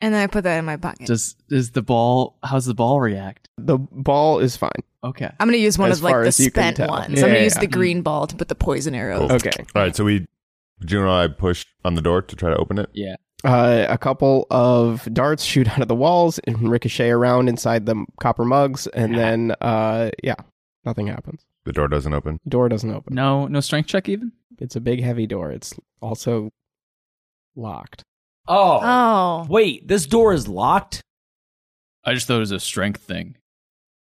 Speaker 9: and then I put that in my pocket.
Speaker 7: does is the ball? How's the ball react?
Speaker 2: The ball is fine.
Speaker 7: Okay.
Speaker 9: I'm gonna use one
Speaker 2: As
Speaker 9: of
Speaker 2: far
Speaker 9: like the
Speaker 2: as you can
Speaker 9: spent
Speaker 2: tell.
Speaker 9: ones.
Speaker 2: Yeah,
Speaker 9: I'm gonna
Speaker 2: yeah,
Speaker 9: use
Speaker 2: yeah.
Speaker 9: the green ball to put the poison arrows.
Speaker 4: Cool.
Speaker 2: Okay.
Speaker 4: All right. So we, Juno and I push on the door to try to open it.
Speaker 7: Yeah.
Speaker 2: Uh, a couple of darts shoot out of the walls and ricochet around inside the copper mugs, and then uh, yeah, nothing happens.
Speaker 4: The door doesn't open.
Speaker 2: Door doesn't open.
Speaker 7: No, no strength check even.
Speaker 2: It's a big, heavy door. It's also locked.
Speaker 10: Oh.
Speaker 9: Oh,
Speaker 10: Wait, this door is locked?
Speaker 7: I just thought it was a strength thing.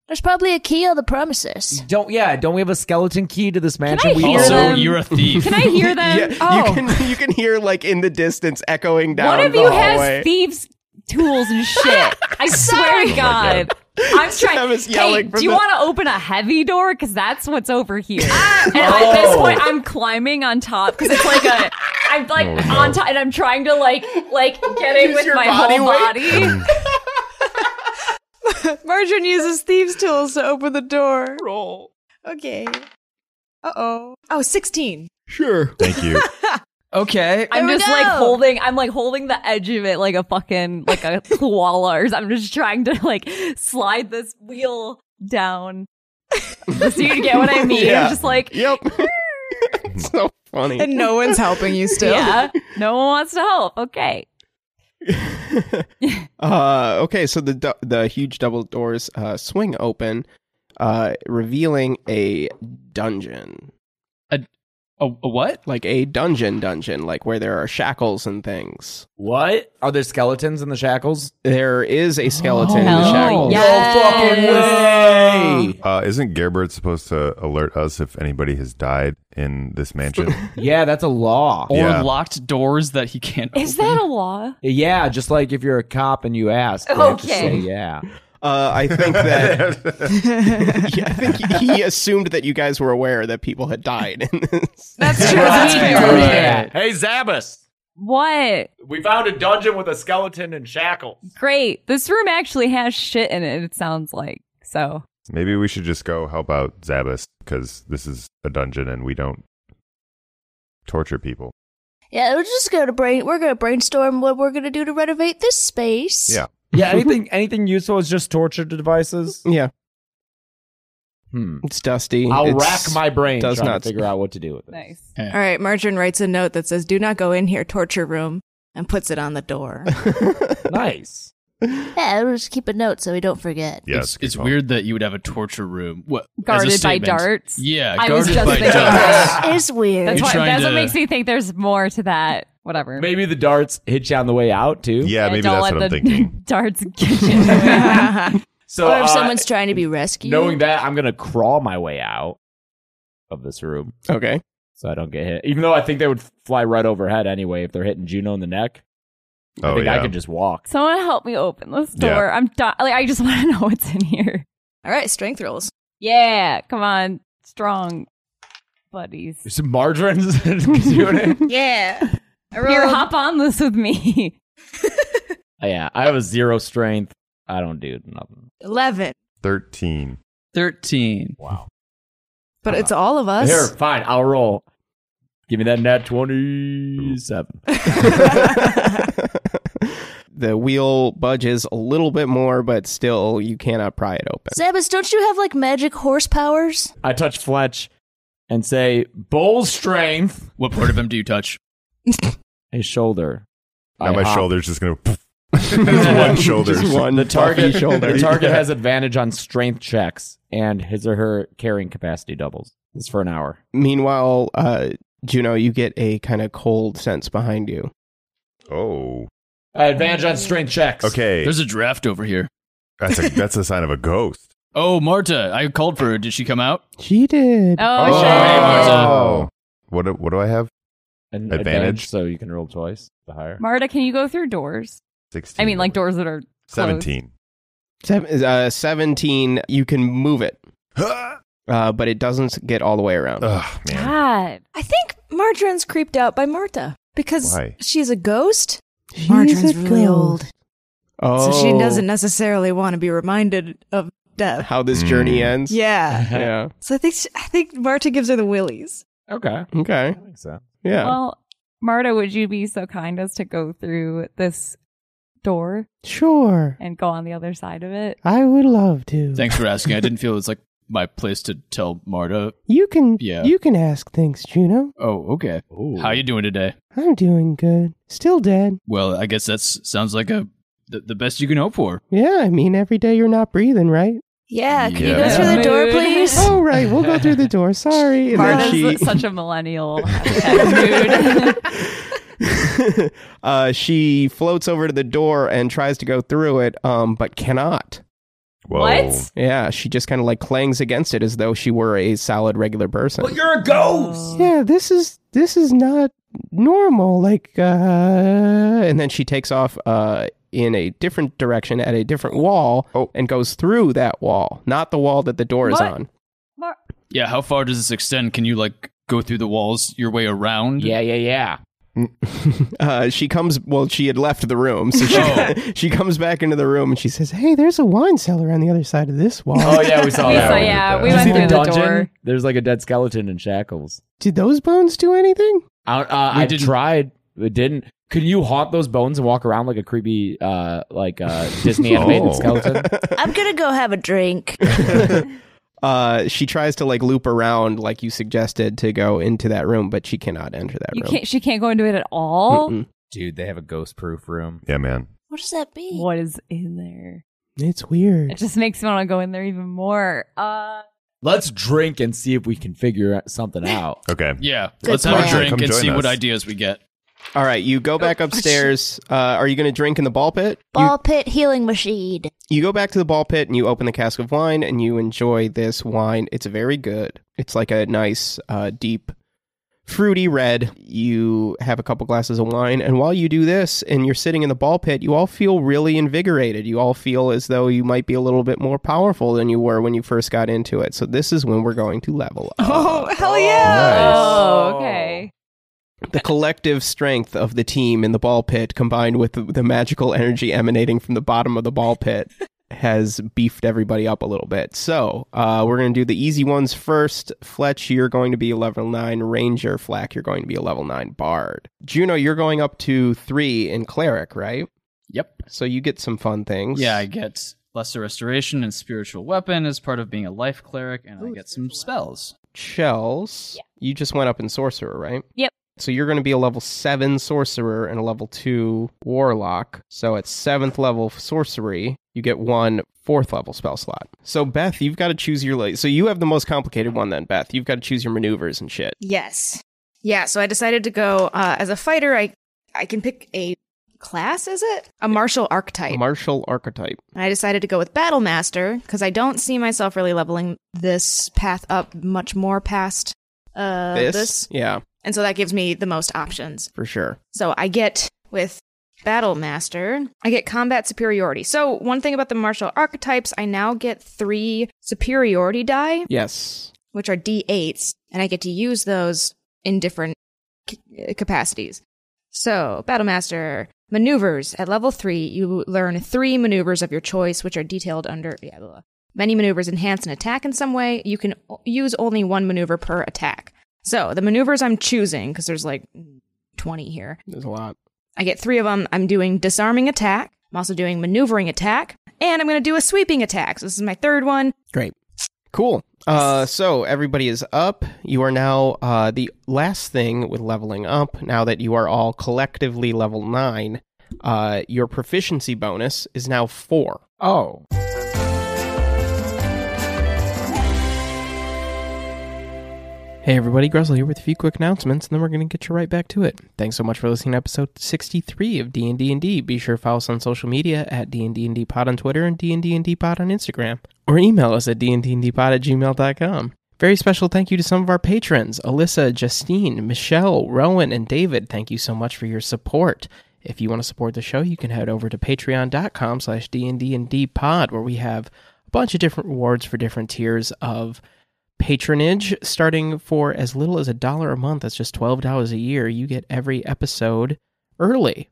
Speaker 11: There's probably a key on the premises.
Speaker 10: Don't yeah, don't we have a skeleton key to this mansion?
Speaker 11: I
Speaker 10: we
Speaker 11: hear
Speaker 7: also,
Speaker 11: them?
Speaker 7: you're a thief.
Speaker 5: Can I hear them? Oh.
Speaker 2: Yeah, you can you can hear like in the distance echoing down
Speaker 5: One of
Speaker 2: the
Speaker 5: you
Speaker 2: hallway.
Speaker 5: has thieves' tools and shit. I swear to
Speaker 4: my
Speaker 5: God.
Speaker 4: God.
Speaker 5: I'm trying.
Speaker 2: Sam is
Speaker 5: Hey,
Speaker 2: yelling from
Speaker 5: do you
Speaker 2: the-
Speaker 5: want to open a heavy door? Because that's what's over here. and at this
Speaker 2: Oh.
Speaker 5: point, I'm climbing on top because it's like a. I'm like
Speaker 12: Oh, no.
Speaker 5: on top, and I'm trying to like like get in
Speaker 9: Use
Speaker 5: with
Speaker 9: your
Speaker 5: my
Speaker 9: body
Speaker 5: whole
Speaker 9: weight?
Speaker 5: body.
Speaker 9: Marjorie uses thieves' tools to open the door.
Speaker 2: Roll.
Speaker 9: Okay. Uh oh. Oh, 16.
Speaker 4: Sure. Thank you.
Speaker 8: Okay.
Speaker 5: I'm
Speaker 9: There we
Speaker 5: just like
Speaker 9: go.
Speaker 5: holding. I'm like holding the edge of it like a fucking like a koala. Or something. I'm just trying to like slide this wheel down. so you get what I mean?
Speaker 2: Yeah.
Speaker 5: I'm just like
Speaker 2: yep. so funny.
Speaker 9: And no one's helping you still.
Speaker 5: Yeah, no one wants to help. Okay.
Speaker 2: Uh, okay, so the du- the huge double doors uh, swing open, uh, revealing a dungeon.
Speaker 7: A, a what?
Speaker 2: Like a dungeon, dungeon, like where there are shackles and things.
Speaker 10: What? Are there skeletons in the shackles?
Speaker 2: There is a skeleton in
Speaker 10: Oh,
Speaker 2: the shackles.
Speaker 10: No fucking way.
Speaker 4: Uh, isn't Gerbert supposed to alert us if anybody has died in this mansion?
Speaker 10: Yeah, that's a law.
Speaker 2: Oh.
Speaker 4: Or Yeah.
Speaker 7: locked doors that he can't.
Speaker 5: Is that a law?
Speaker 10: Yeah, just like if you're a cop and you ask. they have to
Speaker 5: Okay.
Speaker 10: say yeah.
Speaker 2: Uh, I think that yeah, I think he, he assumed that you guys were aware that people had died in this.
Speaker 9: That's
Speaker 10: true.
Speaker 9: That's
Speaker 10: fair. Yeah. Hey, Zabbis.
Speaker 5: What?
Speaker 10: We found a dungeon with a skeleton and shackles.
Speaker 5: Great. This room actually has shit in it. It sounds like so.
Speaker 4: Maybe we should just go help out Zabas because this is a dungeon and we don't torture people.
Speaker 12: Yeah, we're just gonna brain. We're gonna brainstorm what we're gonna do to renovate this space.
Speaker 4: Yeah.
Speaker 10: Yeah, anything anything useful is just torture devices.
Speaker 2: Yeah.
Speaker 10: Hmm.
Speaker 2: It's dusty.
Speaker 10: I'll
Speaker 2: It's-
Speaker 10: rack my brain
Speaker 2: does
Speaker 10: trying
Speaker 2: not-
Speaker 10: to figure out what to do with it.
Speaker 5: Nice.
Speaker 9: All right, Marjorie writes a note that says, Do not go in here, torture room, and puts it on the door.
Speaker 10: nice.
Speaker 12: Yeah, we'll just keep a note so we don't forget.
Speaker 4: Yeah,
Speaker 7: it's, it's weird that you would have a torture room. What as a
Speaker 5: Guarded by
Speaker 7: statement.
Speaker 5: darts?
Speaker 7: Yeah,
Speaker 5: I was
Speaker 7: guarded
Speaker 5: just
Speaker 7: by
Speaker 5: thinking
Speaker 7: darts.
Speaker 5: that.
Speaker 12: It's weird.
Speaker 5: That's
Speaker 7: You're
Speaker 5: what,
Speaker 7: trying
Speaker 5: that's what
Speaker 7: to-
Speaker 5: makes me think there's more to that. Whatever.
Speaker 10: Maybe the darts hit you on the way out too.
Speaker 4: Yeah, maybe
Speaker 5: don't
Speaker 4: that's
Speaker 5: let
Speaker 4: what
Speaker 5: the
Speaker 4: I'm thinking.
Speaker 5: darts get you.
Speaker 10: So
Speaker 12: or if
Speaker 10: uh,
Speaker 12: someone's trying to be rescued.
Speaker 10: knowing that, I'm gonna crawl my way out of this room
Speaker 2: Okay.
Speaker 10: so I don't get hit. Even though I think they would fly right overhead anyway if they're hitting Juno in the neck. I
Speaker 4: Oh,
Speaker 10: think I
Speaker 4: yeah.
Speaker 10: could just walk.
Speaker 5: Someone help me open this door.
Speaker 4: Yeah.
Speaker 5: I'm di- like I just want to know what's in here.
Speaker 9: All right, strength rolls.
Speaker 5: Yeah, come on, strong buddies.
Speaker 10: There's some margarines doing it.
Speaker 12: Yeah. I
Speaker 5: Here,
Speaker 12: rolled-
Speaker 5: hop on this with me.
Speaker 10: Yeah, I have a zero strength. I don't do nothing.
Speaker 9: 11.
Speaker 4: 13.
Speaker 7: 13.
Speaker 10: Wow.
Speaker 9: But it's all of us.
Speaker 10: Uh-huh. Here, fine. I'll roll. Give me that nat 27.
Speaker 2: the wheel budges a little bit more, but still you cannot pry it open.
Speaker 12: Zabas, don't you have like magic horse powers?
Speaker 10: I touch Fletch and say, Bull strength.
Speaker 7: What part of him do you touch?
Speaker 10: His shoulder.
Speaker 4: Now
Speaker 10: I
Speaker 4: my
Speaker 10: hop.
Speaker 4: shoulder's just going to. It's one shoulder.
Speaker 2: Just one
Speaker 10: The target,
Speaker 2: puffy shoulder.
Speaker 10: the target has advantage on strength checks, and his or her carrying capacity doubles. This for an hour.
Speaker 2: Meanwhile, uh, Juno, you get a kind of cold sense behind you.
Speaker 4: Oh.
Speaker 10: Uh, Advantage on strength checks.
Speaker 4: Okay.
Speaker 7: There's a draft over here.
Speaker 4: That's a, that's a sign of a ghost.
Speaker 7: Oh, Marta. I called for her. Did she come out?
Speaker 2: She did.
Speaker 5: Oh,
Speaker 7: Oh.
Speaker 5: shit.
Speaker 4: Oh. What, do- what do I have?
Speaker 10: An
Speaker 4: Advantage?
Speaker 10: so you can roll twice. The higher.
Speaker 5: Marta, can you go through doors?
Speaker 4: 16.
Speaker 5: I mean, like doors that are closed.
Speaker 4: 17.
Speaker 2: Seven, uh, 17, you can move it, uh, but it doesn't get all the way around.
Speaker 4: Ugh, man.
Speaker 5: God,
Speaker 9: I think Marjorie's creeped out by Marta because
Speaker 4: Why?
Speaker 9: she's a ghost.
Speaker 2: She's
Speaker 9: Marjorie's really old.
Speaker 2: Oh.
Speaker 9: So she doesn't necessarily want to be reminded of death.
Speaker 2: How this journey
Speaker 4: Mm.
Speaker 2: ends?
Speaker 9: Yeah.
Speaker 2: Yeah.
Speaker 9: So I think she, I think Marta gives her the willies.
Speaker 10: Okay.
Speaker 2: Okay.
Speaker 10: That makes sense.
Speaker 2: Yeah.
Speaker 5: Well, Marta, would you be so kind as to go through this door
Speaker 1: Sure.
Speaker 5: and go on the other side of it?
Speaker 1: I would love to.
Speaker 7: Thanks for asking. I didn't feel it's like my place to tell Marta.
Speaker 1: You can
Speaker 7: Yeah.
Speaker 1: you can ask things, Juno.
Speaker 7: Oh, okay. How you doing today?
Speaker 1: I'm doing good. Still dead.
Speaker 7: Well, I guess that sounds like a the, the best you can hope for.
Speaker 1: Yeah, I mean every day you're not breathing, right?
Speaker 12: Yeah, can you
Speaker 7: Yeah.
Speaker 12: go through the door,
Speaker 5: Mood.
Speaker 12: please?
Speaker 1: Oh right, we'll go through the door. Sorry. And
Speaker 5: Marta's
Speaker 1: then she
Speaker 5: such a millennial attitude.
Speaker 2: uh, she floats over to the door and tries to go through it, um, but cannot.
Speaker 4: Whoa.
Speaker 5: What?
Speaker 2: Yeah, she just kind of like clangs against it as though she were a solid regular person.
Speaker 10: you're a ghost.
Speaker 1: Yeah, this is this is not normal. Like uh
Speaker 2: and then she takes off uh, in a different direction at a different wall and goes through that wall, not the wall that the door is
Speaker 7: What?
Speaker 2: on.
Speaker 7: Yeah, how far does this extend? Can you like go through the walls your way around? Yeah,
Speaker 10: yeah, yeah.
Speaker 2: Uh, she comes. Well, she had left the room, so she
Speaker 10: Oh.
Speaker 2: she comes back into the room and she says,
Speaker 1: Hey, there's a wine cellar on the other side of this wall.
Speaker 10: Oh yeah, we saw
Speaker 5: We
Speaker 10: that.
Speaker 5: saw-
Speaker 10: one.
Speaker 5: yeah, we
Speaker 10: Did you
Speaker 5: went
Speaker 10: see
Speaker 5: through the
Speaker 10: dungeon?
Speaker 5: door.
Speaker 10: There's like a dead skeleton in shackles.
Speaker 1: Did those bones do anything?
Speaker 10: I, uh, I tried. It didn't. Could you haunt those bones and walk around like a creepy, uh, like uh, Disney animated
Speaker 2: Oh.
Speaker 10: skeleton?
Speaker 12: I'm gonna go have a drink.
Speaker 2: Uh, she tries to like loop around, like you suggested, to go into that room, but she cannot enter that
Speaker 5: You
Speaker 2: room.
Speaker 5: can't. She can't go into it at all.
Speaker 2: Mm-mm.
Speaker 10: Dude, they have a ghost-proof room.
Speaker 4: Yeah, man.
Speaker 5: What does that mean? What is in there?
Speaker 1: It's weird.
Speaker 5: It just makes me want to go in there even more. Uh,
Speaker 10: Let's drink and see if we can figure something out.
Speaker 4: Okay.
Speaker 7: Yeah, let's have a drink and see what ideas we get.
Speaker 2: All right, you go back upstairs. Uh, are you going to drink in the ball pit? You-
Speaker 12: Ball pit healing machine.
Speaker 2: You go back to the ball pit and you open the cask of wine and you enjoy this wine. It's very good. It's like a nice, uh, deep, fruity red. You have a couple glasses of wine. And while you do this and you're sitting in the ball pit, you all feel really invigorated. You all feel as though you might be a little bit more powerful than you were when you first got into it. So this is when we're going to level up.
Speaker 9: Oh, hell yeah.
Speaker 5: Oh, okay.
Speaker 2: The collective strength of the team in the ball pit, combined with the, the magical energy emanating from the bottom of the ball pit, has beefed everybody up a little bit. So uh, we're going to do the easy ones first. Fletch, you're going to be a level nine ranger. Flack, you're going to be a level nine bard. Juno, you're going up to three in cleric, right?
Speaker 7: Yep.
Speaker 2: So you get some fun things.
Speaker 7: Yeah, I get lesser restoration and spiritual weapon as part of being a life cleric, and I get some spells.
Speaker 2: Shells. You just went up in sorcerer, right?
Speaker 5: Yep.
Speaker 2: So you're going to be a level seven sorcerer and a level two warlock. So at seventh level sorcery, you get one fourth level spell slot. So Beth, you've got to choose your la- so you have the most complicated one then Beth. You've got to choose your maneuvers and shit.
Speaker 9: Yes. Yeah, so I decided to go uh, as a fighter. I I can pick a class, is it? A martial archetype.
Speaker 2: Martial archetype.
Speaker 9: I decided to go with Battle Master because I don't see myself really leveling this path up much more past uh,
Speaker 2: this?
Speaker 9: this?
Speaker 2: yeah,
Speaker 9: And so that gives me the most options.
Speaker 2: for sure.
Speaker 9: So I get with Battle Master, I get combat superiority. So one thing about the martial archetypes, I now get three superiority die,
Speaker 2: Yes.
Speaker 9: which are D8s, and I get to use those in different c- uh, capacities. So, Battle Master maneuvers at level three, you learn three maneuvers of your choice, which are detailed under. Yeah, blah, blah. Many maneuvers enhance an attack in some way. You can o- use only one maneuver per attack. So, the maneuvers I'm choosing, because there's like 20 here,
Speaker 2: There's a lot.
Speaker 9: I get three of them. I'm doing disarming attack. I'm also doing maneuvering attack, and I'm going to do a sweeping attack. So this is my third one.
Speaker 2: Great. Cool. Uh, so everybody is up. You are now uh, the last thing with leveling up. Now that you are all collectively level nine, uh, your proficiency bonus is now four.
Speaker 10: Oh.
Speaker 2: Hey everybody, Grizzle here with a few quick announcements, and then we're going to get you right back to it. Thanks so much for listening to episode 63 of D&D and D. Be sure to follow us on social media at D&D and D Pod on Twitter and D&D and D Pod on Instagram, or email us at dndndpod at gmail.com. Very special thank you to some of our patrons, Alyssa, Justine, Michelle, Rowan, and David. Thank you so much for your support. If you want to support the show, you can head over to patreon.com slash dndndpod, where we have a bunch of different rewards for different tiers of patronage starting for as little as a dollar a month that's just $12 a year you get every episode early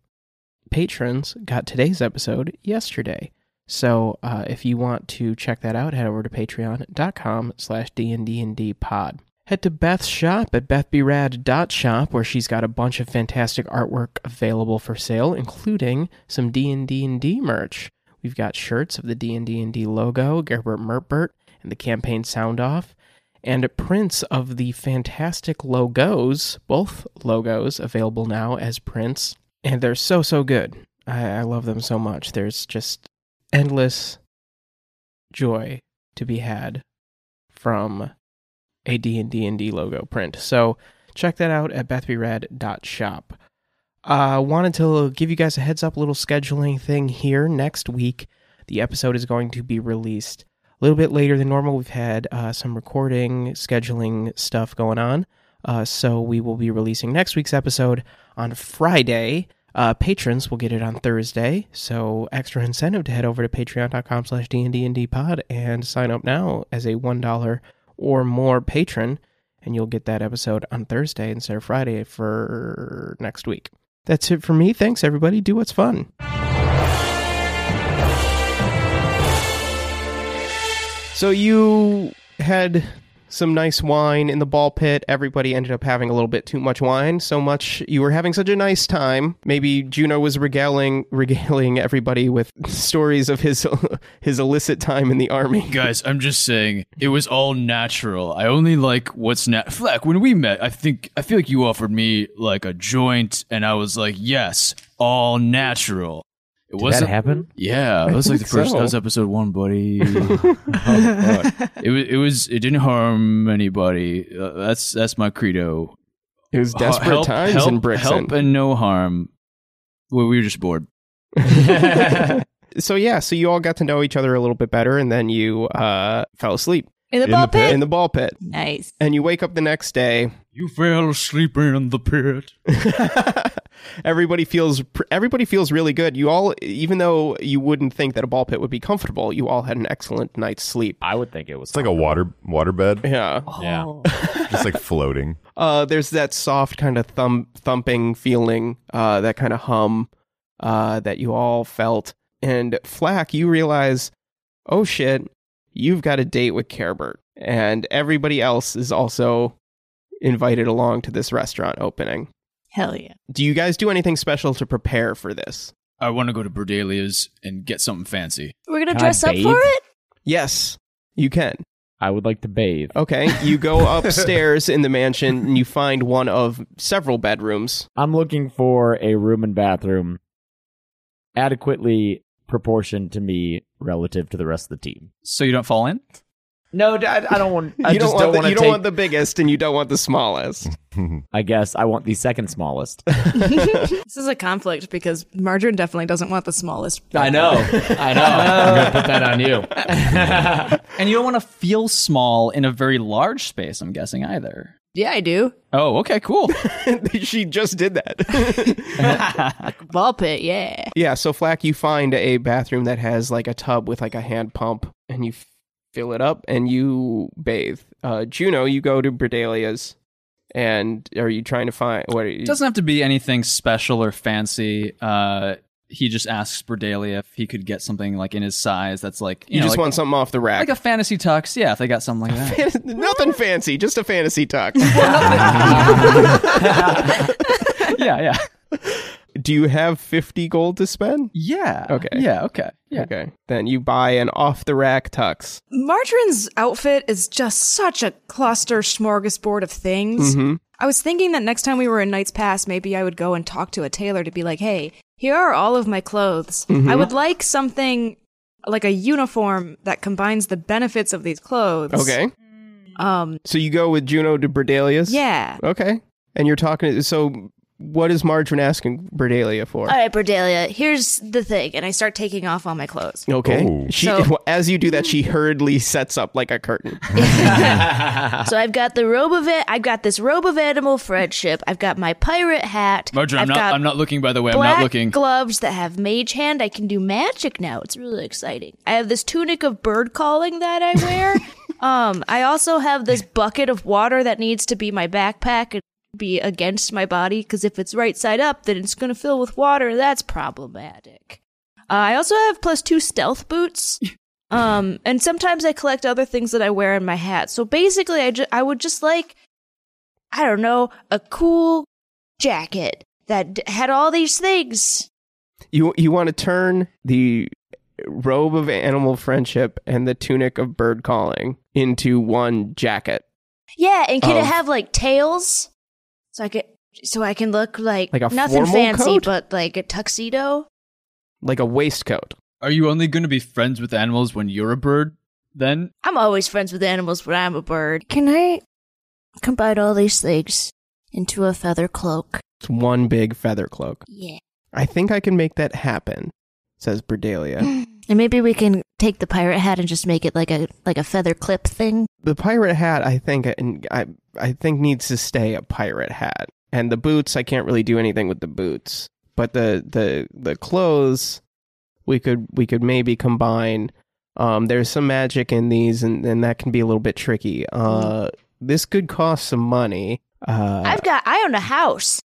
Speaker 2: patrons got today's episode yesterday so uh, if you want to check that out head over to patreon.com slash dndnd pod head to beth's shop at bethbrad.shop where she's got a bunch of fantastic artwork available for sale including some d&d&d merch We've got shirts of the D&D&D logo, Gerbert Mertbert, and the campaign sound off, and prints of the fantastic logos, both logos available now as prints, and they're so so good. I, I love them so much. There's just endless joy to be had from a D&D&D logo print. So check that out at bethbyrad.shop. I uh, wanted to give you guys a heads up, little scheduling thing here. Next week, the episode is going to be released a little bit later than normal. We've had uh, some recording, scheduling stuff going on. Uh, so we will be releasing next week's episode on Friday. Uh, patrons will get it on Thursday, so extra incentive to head over to patreon.com slash dndndpod and sign up now as a $1 or more patron, and you'll get that episode on Thursday instead of Friday for next week. That's it for me. Thanks, everybody. Do what's fun. So you had some nice wine in the ball pit. Everybody ended up having a little bit too much wine. So much you were having such a nice time. Maybe Juno was regaling regaling everybody with stories of his his illicit time in the army.
Speaker 7: Guys, I'm just saying it was all natural. I only like what's nat. Fleck, when we met, I think I feel like you offered me like a joint, and I was like, yes, all natural. It
Speaker 3: Did
Speaker 7: wasn't
Speaker 3: that happen?
Speaker 7: Yeah,
Speaker 3: I
Speaker 7: that was like the
Speaker 3: think
Speaker 7: first.
Speaker 3: so.
Speaker 7: That was episode one, buddy. Oh, fuck. it was. It was. It didn't harm anybody. Uh, that's that's my credo.
Speaker 2: It was desperate times
Speaker 7: Oh, help,
Speaker 2: in Brixton.
Speaker 7: Help and no harm. Well, we were just bored.
Speaker 2: so yeah, so you all got to know each other a little bit better, and then you uh, fell asleep
Speaker 7: In the In ball the pit? pit?
Speaker 2: In the ball pit.
Speaker 11: Nice.
Speaker 2: And you wake up the next day.
Speaker 7: You fell asleep in the pit.
Speaker 2: everybody feels pr- everybody feels really good. You all, even though you wouldn't think that a ball pit would be comfortable, you all had an excellent night's sleep.
Speaker 10: I would think it was.
Speaker 4: It's like a water water bed.
Speaker 2: Yeah.
Speaker 4: Yeah. Just like floating.
Speaker 2: Uh, there's that soft kind of thump thumping feeling, uh, that kind of hum, uh, that you all felt. And Flack, you realize, oh shit, you've got a date with Kerbert, and everybody else is also invited along to this restaurant opening.
Speaker 11: Hell yeah.
Speaker 2: Do you guys do anything special to prepare for this?
Speaker 7: I want to go to Berdelia's and get something fancy.
Speaker 12: We're gonna dress up for it.
Speaker 2: Yes, you can.
Speaker 10: I would like to bathe.
Speaker 2: Okay, you go upstairs in the mansion and you find one of several bedrooms.
Speaker 10: I'm looking for a room and bathroom adequately proportioned to me relative to the rest of the team.
Speaker 7: So you don't fall in?
Speaker 10: No, I, I don't want. I
Speaker 2: you
Speaker 10: just
Speaker 2: don't
Speaker 10: don't
Speaker 2: want
Speaker 10: wanna
Speaker 2: the, you don't
Speaker 10: take-
Speaker 2: want the biggest and you don't want the smallest.
Speaker 10: I guess I want the second smallest.
Speaker 9: this is a conflict because Margarine definitely doesn't want the smallest.
Speaker 10: I know. I know.
Speaker 8: I'm gonna
Speaker 10: put that on you.
Speaker 8: and you don't want to feel small in a very large space, I'm guessing, either.
Speaker 9: Yeah, I do.
Speaker 8: Oh, okay, cool.
Speaker 2: she just did that.
Speaker 9: Ball pit, yeah.
Speaker 2: Yeah, so Flack, you find a bathroom that has like a tub with like a hand pump and you f- fill it up and you bathe. Uh, Juno, you go to Berdelia's and are you trying to find what are you,
Speaker 7: It doesn't have to be anything special or fancy. Uh, he just asks Berdalia if he could get something like in his size that's like
Speaker 2: you,
Speaker 7: know,
Speaker 2: just
Speaker 7: like-
Speaker 2: want something off the rack.
Speaker 7: like a fantasy tux. Yeah, if they got something like that.
Speaker 2: Nothing fancy, just a fantasy talk.
Speaker 7: yeah, yeah.
Speaker 2: Do you have 50 gold to spend?
Speaker 7: Yeah.
Speaker 2: Okay.
Speaker 7: Yeah, okay. Yeah.
Speaker 2: Okay. Then you buy an off the rack tux.
Speaker 9: Margarine's outfit is just such a cluster smorgasbord of things.
Speaker 2: Mhm.
Speaker 9: I was thinking that next time we were in Knight's Pass, maybe I would go and talk to a tailor to be like, hey, here are all of my clothes.
Speaker 11: Mhm.
Speaker 9: I would like something like a uniform that combines the benefits of these clothes.
Speaker 2: Okay.
Speaker 9: Um,
Speaker 2: So you go with Juno to Berdelia's?
Speaker 9: Yeah.
Speaker 2: Okay. And you're talking to, so what is Margarine asking Berdelia for?
Speaker 9: Uh,
Speaker 12: All right,
Speaker 9: Berdelia, here's the thing. And I start taking off all my clothes.
Speaker 2: Okay.
Speaker 12: Oh.
Speaker 2: She
Speaker 12: So-
Speaker 2: as you do that, she hurriedly sets up like a curtain.
Speaker 12: so I've got the robe of it. I've got this robe of animal friendship. I've got my pirate hat.
Speaker 7: Marjorie, I'm
Speaker 12: I've
Speaker 7: not.
Speaker 12: got
Speaker 7: I'm not looking. By the way, I'm
Speaker 12: black
Speaker 7: not looking.
Speaker 12: gloves that have mage hand. I can do magic now. It's really exciting. I have this tunic of bird calling that I wear. um, I also have this bucket of water that needs to be my backpack and be against my body because if it's right side up, then it's going to fill with water. That's problematic. Uh, I also have plus two stealth boots. Um, and sometimes I collect other things that I wear in my hat. So basically, I, ju- I would just like, I don't know, a cool jacket that d- had all these things.
Speaker 2: you you want to turn the robe of animal friendship and the tunic of bird calling into one jacket,
Speaker 12: Yeah, and can
Speaker 2: Oh.
Speaker 12: it have like tails? So I could, so I can look like,
Speaker 2: Like a
Speaker 12: nothing
Speaker 2: formal
Speaker 12: fancy,
Speaker 2: coat?
Speaker 12: but like a tuxedo.
Speaker 2: like a waistcoat.
Speaker 7: Are you only going to be friends with animals when you're a bird? Then
Speaker 12: I'm always friends with animals, but I'm a bird. Can I combine all these things into a feather cloak?
Speaker 2: It's one big feather cloak.
Speaker 12: Yeah.
Speaker 2: I think I can make that happen, says Berdelia.
Speaker 12: And maybe we can take the pirate hat and just make it like a like a feather clip thing.
Speaker 2: the pirate hat, I think, and I I think needs to stay a pirate hat. And the boots, I can't really do anything with the boots. but the the the clothes we could we could maybe combine. Um, there's some magic in these, and, and that can be a little bit tricky. Uh, this could cost some money. Uh,
Speaker 12: I've got. I own a house.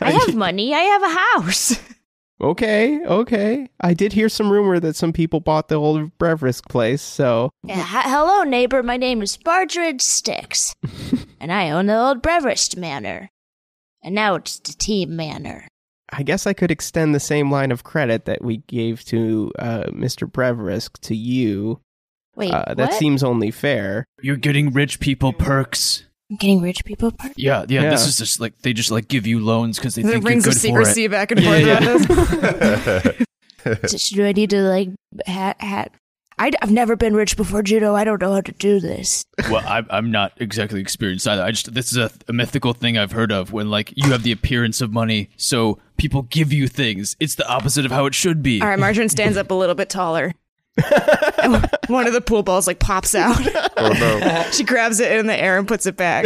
Speaker 12: I have money. I have a house.
Speaker 2: okay, okay. I did hear some rumor that some people bought the old Brevrisk place, so
Speaker 12: Yeah, hi- Uh, hello, neighbor. My name is Partridge Sticks, and I own the old Breverist Manor. And now it's the Team Manor.
Speaker 2: I guess I could extend the same line of credit that we gave to uh, Mr. Brevrisk to you.
Speaker 12: Wait,
Speaker 2: uh, that
Speaker 12: what?
Speaker 2: seems only fair.
Speaker 7: You're getting rich people perks.
Speaker 12: I'm getting rich people. Per-
Speaker 7: Yeah, yeah, This
Speaker 2: Yeah.
Speaker 7: is just like they just like give you loans because they
Speaker 12: The
Speaker 7: think
Speaker 12: rings
Speaker 7: you're
Speaker 12: of
Speaker 7: good
Speaker 12: secrecy
Speaker 7: for it.
Speaker 12: back and forth
Speaker 7: yeah.
Speaker 12: Just- do I need to like hat hat? I, have never been rich before judo. I don't know how to do this.
Speaker 7: well, I, I'm not exactly experienced either. I just this is a, a mythical thing I've heard of when like you have the appearance of money, so people give you things. It's the opposite of how it should be.
Speaker 9: All right, Marjorie stands up a little bit taller. And one of the pool balls like pops out.
Speaker 2: no.
Speaker 9: she grabs it in the air and puts it back.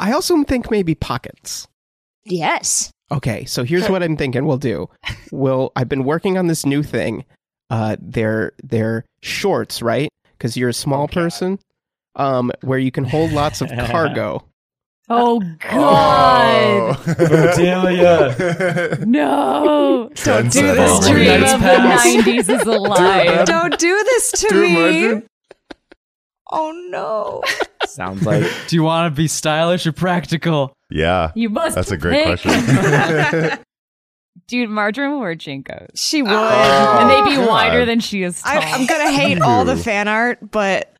Speaker 2: I also think maybe pockets.
Speaker 12: Yes.
Speaker 2: Okay, so here's what I'm thinking we'll do. We'll I've been working on this new thing. Uh they're they're shorts, right? Cuz you're a small person. Um where you can hold lots of cargo.
Speaker 5: Oh God!
Speaker 4: Delia.
Speaker 5: No!
Speaker 4: Don't do this
Speaker 5: The dream of the nineties is alive.
Speaker 9: Don't do this to
Speaker 5: Do it,
Speaker 9: me.
Speaker 5: Marjorie.
Speaker 9: Oh no.
Speaker 10: Sounds like.
Speaker 8: Do you want to be stylish or practical?
Speaker 4: Yeah.
Speaker 5: You must
Speaker 4: That's a great
Speaker 5: pick.
Speaker 4: question.
Speaker 5: Dude, Marjorie will wear Jinkos.
Speaker 9: She would.
Speaker 5: and they'd be
Speaker 9: Oh, God.
Speaker 5: wider than she is tall.
Speaker 9: I, I'm gonna hate all the fan art, but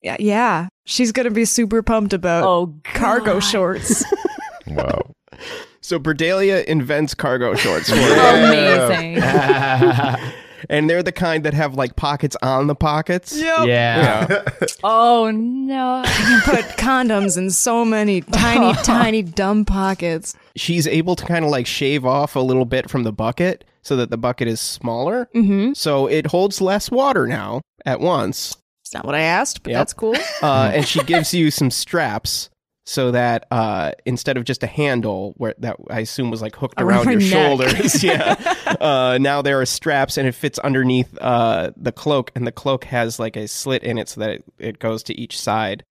Speaker 9: yeah, yeah, she's gonna be super pumped about
Speaker 5: oh
Speaker 9: cargo shorts.
Speaker 4: Wow.
Speaker 2: So Berdalia invents cargo shorts. for
Speaker 5: Amazing.
Speaker 2: you. and they're the kind that have like pockets on the pockets.
Speaker 9: Yep.
Speaker 10: Yeah.
Speaker 5: Oh no.
Speaker 9: You put condoms in so many tiny, tiny dumb pockets.
Speaker 2: she's able to kind of like shave off a little bit from the bucket so that the bucket is smaller. Mm-hmm. So it holds less water now at once.
Speaker 9: It's not what I asked, but
Speaker 2: Yep.
Speaker 9: that's cool.
Speaker 2: Uh, and she gives you some straps so that uh, instead of just a handle where that I assume was like hooked around,
Speaker 9: Around her
Speaker 2: your
Speaker 9: neck.
Speaker 2: shoulders, yeah. Uh, now there are straps and it fits underneath uh, the cloak, and the cloak has like a slit in it so that it, it goes to each side.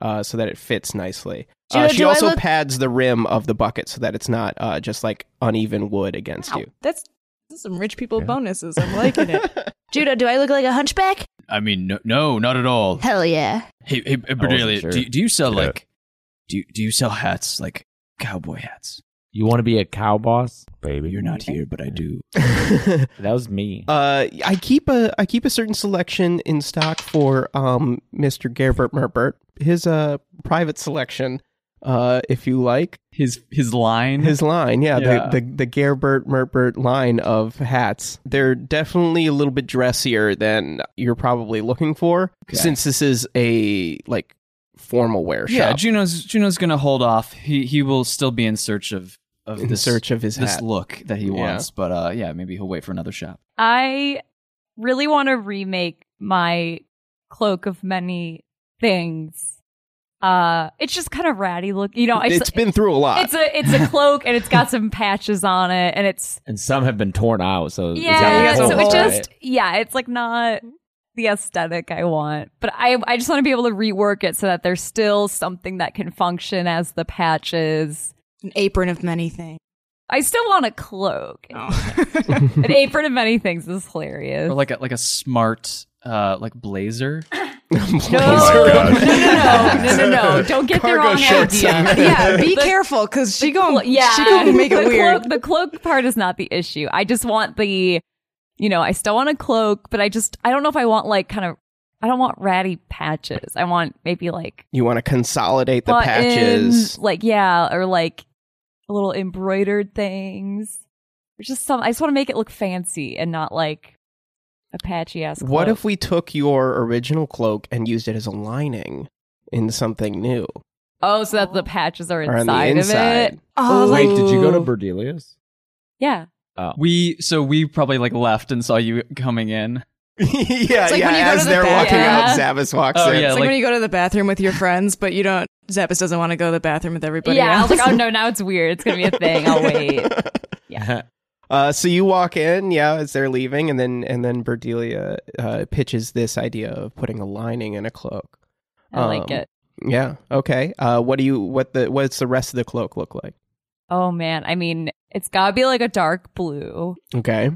Speaker 2: Uh, so that it fits nicely.
Speaker 12: Do-
Speaker 2: Uh, she
Speaker 12: do I
Speaker 2: also
Speaker 12: look-
Speaker 2: pads the rim of the bucket so that it's not uh, just like uneven wood against you.
Speaker 9: That's, that's some rich people bonuses. I'm liking it.
Speaker 12: Judo, do I look like a hunchback?
Speaker 7: I mean, no, no, not at all.
Speaker 12: Hell yeah.
Speaker 7: Hey, hey, hey Bedelia,
Speaker 10: sure.
Speaker 7: do, do you sell
Speaker 10: Yeah.
Speaker 7: like do do you sell hats like cowboy hats?
Speaker 10: You want to be a cow boss, baby?
Speaker 7: You're not here, but I do.
Speaker 10: That was me.
Speaker 2: Uh, I keep a I keep a certain selection in stock for um Mr. Gerbert Merbert. His uh private selection, uh, if you like.
Speaker 8: His his line.
Speaker 2: His line, yeah,
Speaker 8: Yeah.
Speaker 2: The, the the Gerbert Merbert line of hats. They're definitely a little bit dressier than you're probably looking for, since this is a like formal wear
Speaker 8: yeah,
Speaker 2: shop.
Speaker 8: Juno's Juno's gonna hold off. He he will still be in search of of
Speaker 2: In
Speaker 8: this,
Speaker 2: search of his
Speaker 8: this
Speaker 2: hat.
Speaker 8: look that he
Speaker 2: Yeah.
Speaker 8: wants. But uh, yeah, maybe he'll wait for another shop.
Speaker 5: I really want to remake my cloak of many things. Uh, it's just kind of ratty look, you know. I
Speaker 2: it's
Speaker 5: just-
Speaker 2: been through a lot.
Speaker 5: it's a it's a cloak and it's got some patches on it and it's
Speaker 10: and some have been torn out, so it's got
Speaker 5: yeah.
Speaker 10: like
Speaker 5: So it
Speaker 10: holes in
Speaker 5: just yeah, it's like not the aesthetic I want, but I I just want to be able to rework it so that there's still something that can function as the patches.
Speaker 9: An apron of many things.
Speaker 5: I still want a cloak. An apron of many things is hilarious.
Speaker 8: Or like a like a smart uh like blazer.
Speaker 5: No, no, no, no, no, no, no! Don't get the
Speaker 8: Cargo
Speaker 5: wrong
Speaker 8: shorts
Speaker 5: idea.
Speaker 8: and-
Speaker 9: Yeah, be
Speaker 5: the-
Speaker 9: careful because she gonna
Speaker 5: Yeah,
Speaker 9: she gonna make
Speaker 5: the
Speaker 9: it weird.
Speaker 5: Cloak, the cloak part is not the issue. I just want the, you know, I still want a cloak, but I just I don't know if I want like kind of I don't want ratty patches. I want maybe like
Speaker 2: you want to consolidate the
Speaker 5: buttons,
Speaker 2: patches.
Speaker 5: like yeah, or like little embroidered things. Or just some. I just want to make it look fancy and not like a patchy ass. Cloak.
Speaker 2: What if we took your original cloak and used it as a lining in something new?
Speaker 5: Oh, so that the patches are
Speaker 2: Or on the
Speaker 5: inside of it.
Speaker 2: inside.
Speaker 10: Oh, wait, did you go to Berdelia's?
Speaker 5: Yeah.
Speaker 10: Oh,
Speaker 8: We so we probably like left and saw you coming in.
Speaker 2: yeah,
Speaker 9: It's like
Speaker 2: yeah.
Speaker 9: when you go to
Speaker 2: as
Speaker 9: the
Speaker 2: they're
Speaker 9: bath-
Speaker 2: walking out,
Speaker 9: Yeah.
Speaker 2: Zavis walks in.
Speaker 9: it's like, when you go to the bathroom with your friends, but you don't. Zappos doesn't want to go to the bathroom with everybody.
Speaker 5: yeah, I was
Speaker 9: else.
Speaker 5: like, oh no, now it's weird. It's gonna be a thing. I'll wait.
Speaker 2: Yeah. Uh, so you walk in, yeah, as they're leaving, and then and then Berdelia uh, pitches this idea of putting a lining in a cloak.
Speaker 5: I like
Speaker 2: Um,
Speaker 5: it.
Speaker 2: Yeah. Okay. Uh, what do you what the what's the rest of the cloak look like?
Speaker 5: Oh man, I mean, it's gotta be like a dark blue.
Speaker 2: Okay.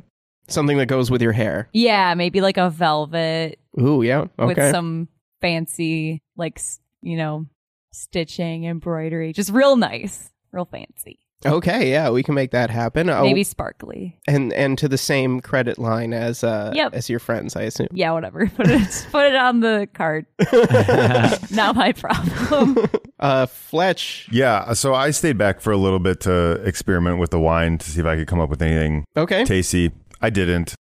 Speaker 2: Something that goes with your hair.
Speaker 5: Yeah, maybe like a velvet
Speaker 2: Ooh, yeah. Okay.
Speaker 5: with some fancy, like s- you know, stitching, embroidery, just real nice, real fancy.
Speaker 2: okay. Yeah, we can make that happen. Oh,
Speaker 5: Maybe sparkly.
Speaker 2: and and to the same credit line as uh
Speaker 5: Yep.
Speaker 2: as your friends, I assume.
Speaker 5: Yeah, whatever. Put it, put it on the card.
Speaker 10: Oh.
Speaker 5: Not my problem.
Speaker 2: Uh, Fletch.
Speaker 4: Yeah. So I stayed back for a little bit to experiment with the wine to see if I could come up with anything.
Speaker 2: Okay.
Speaker 4: Tasty. I didn't.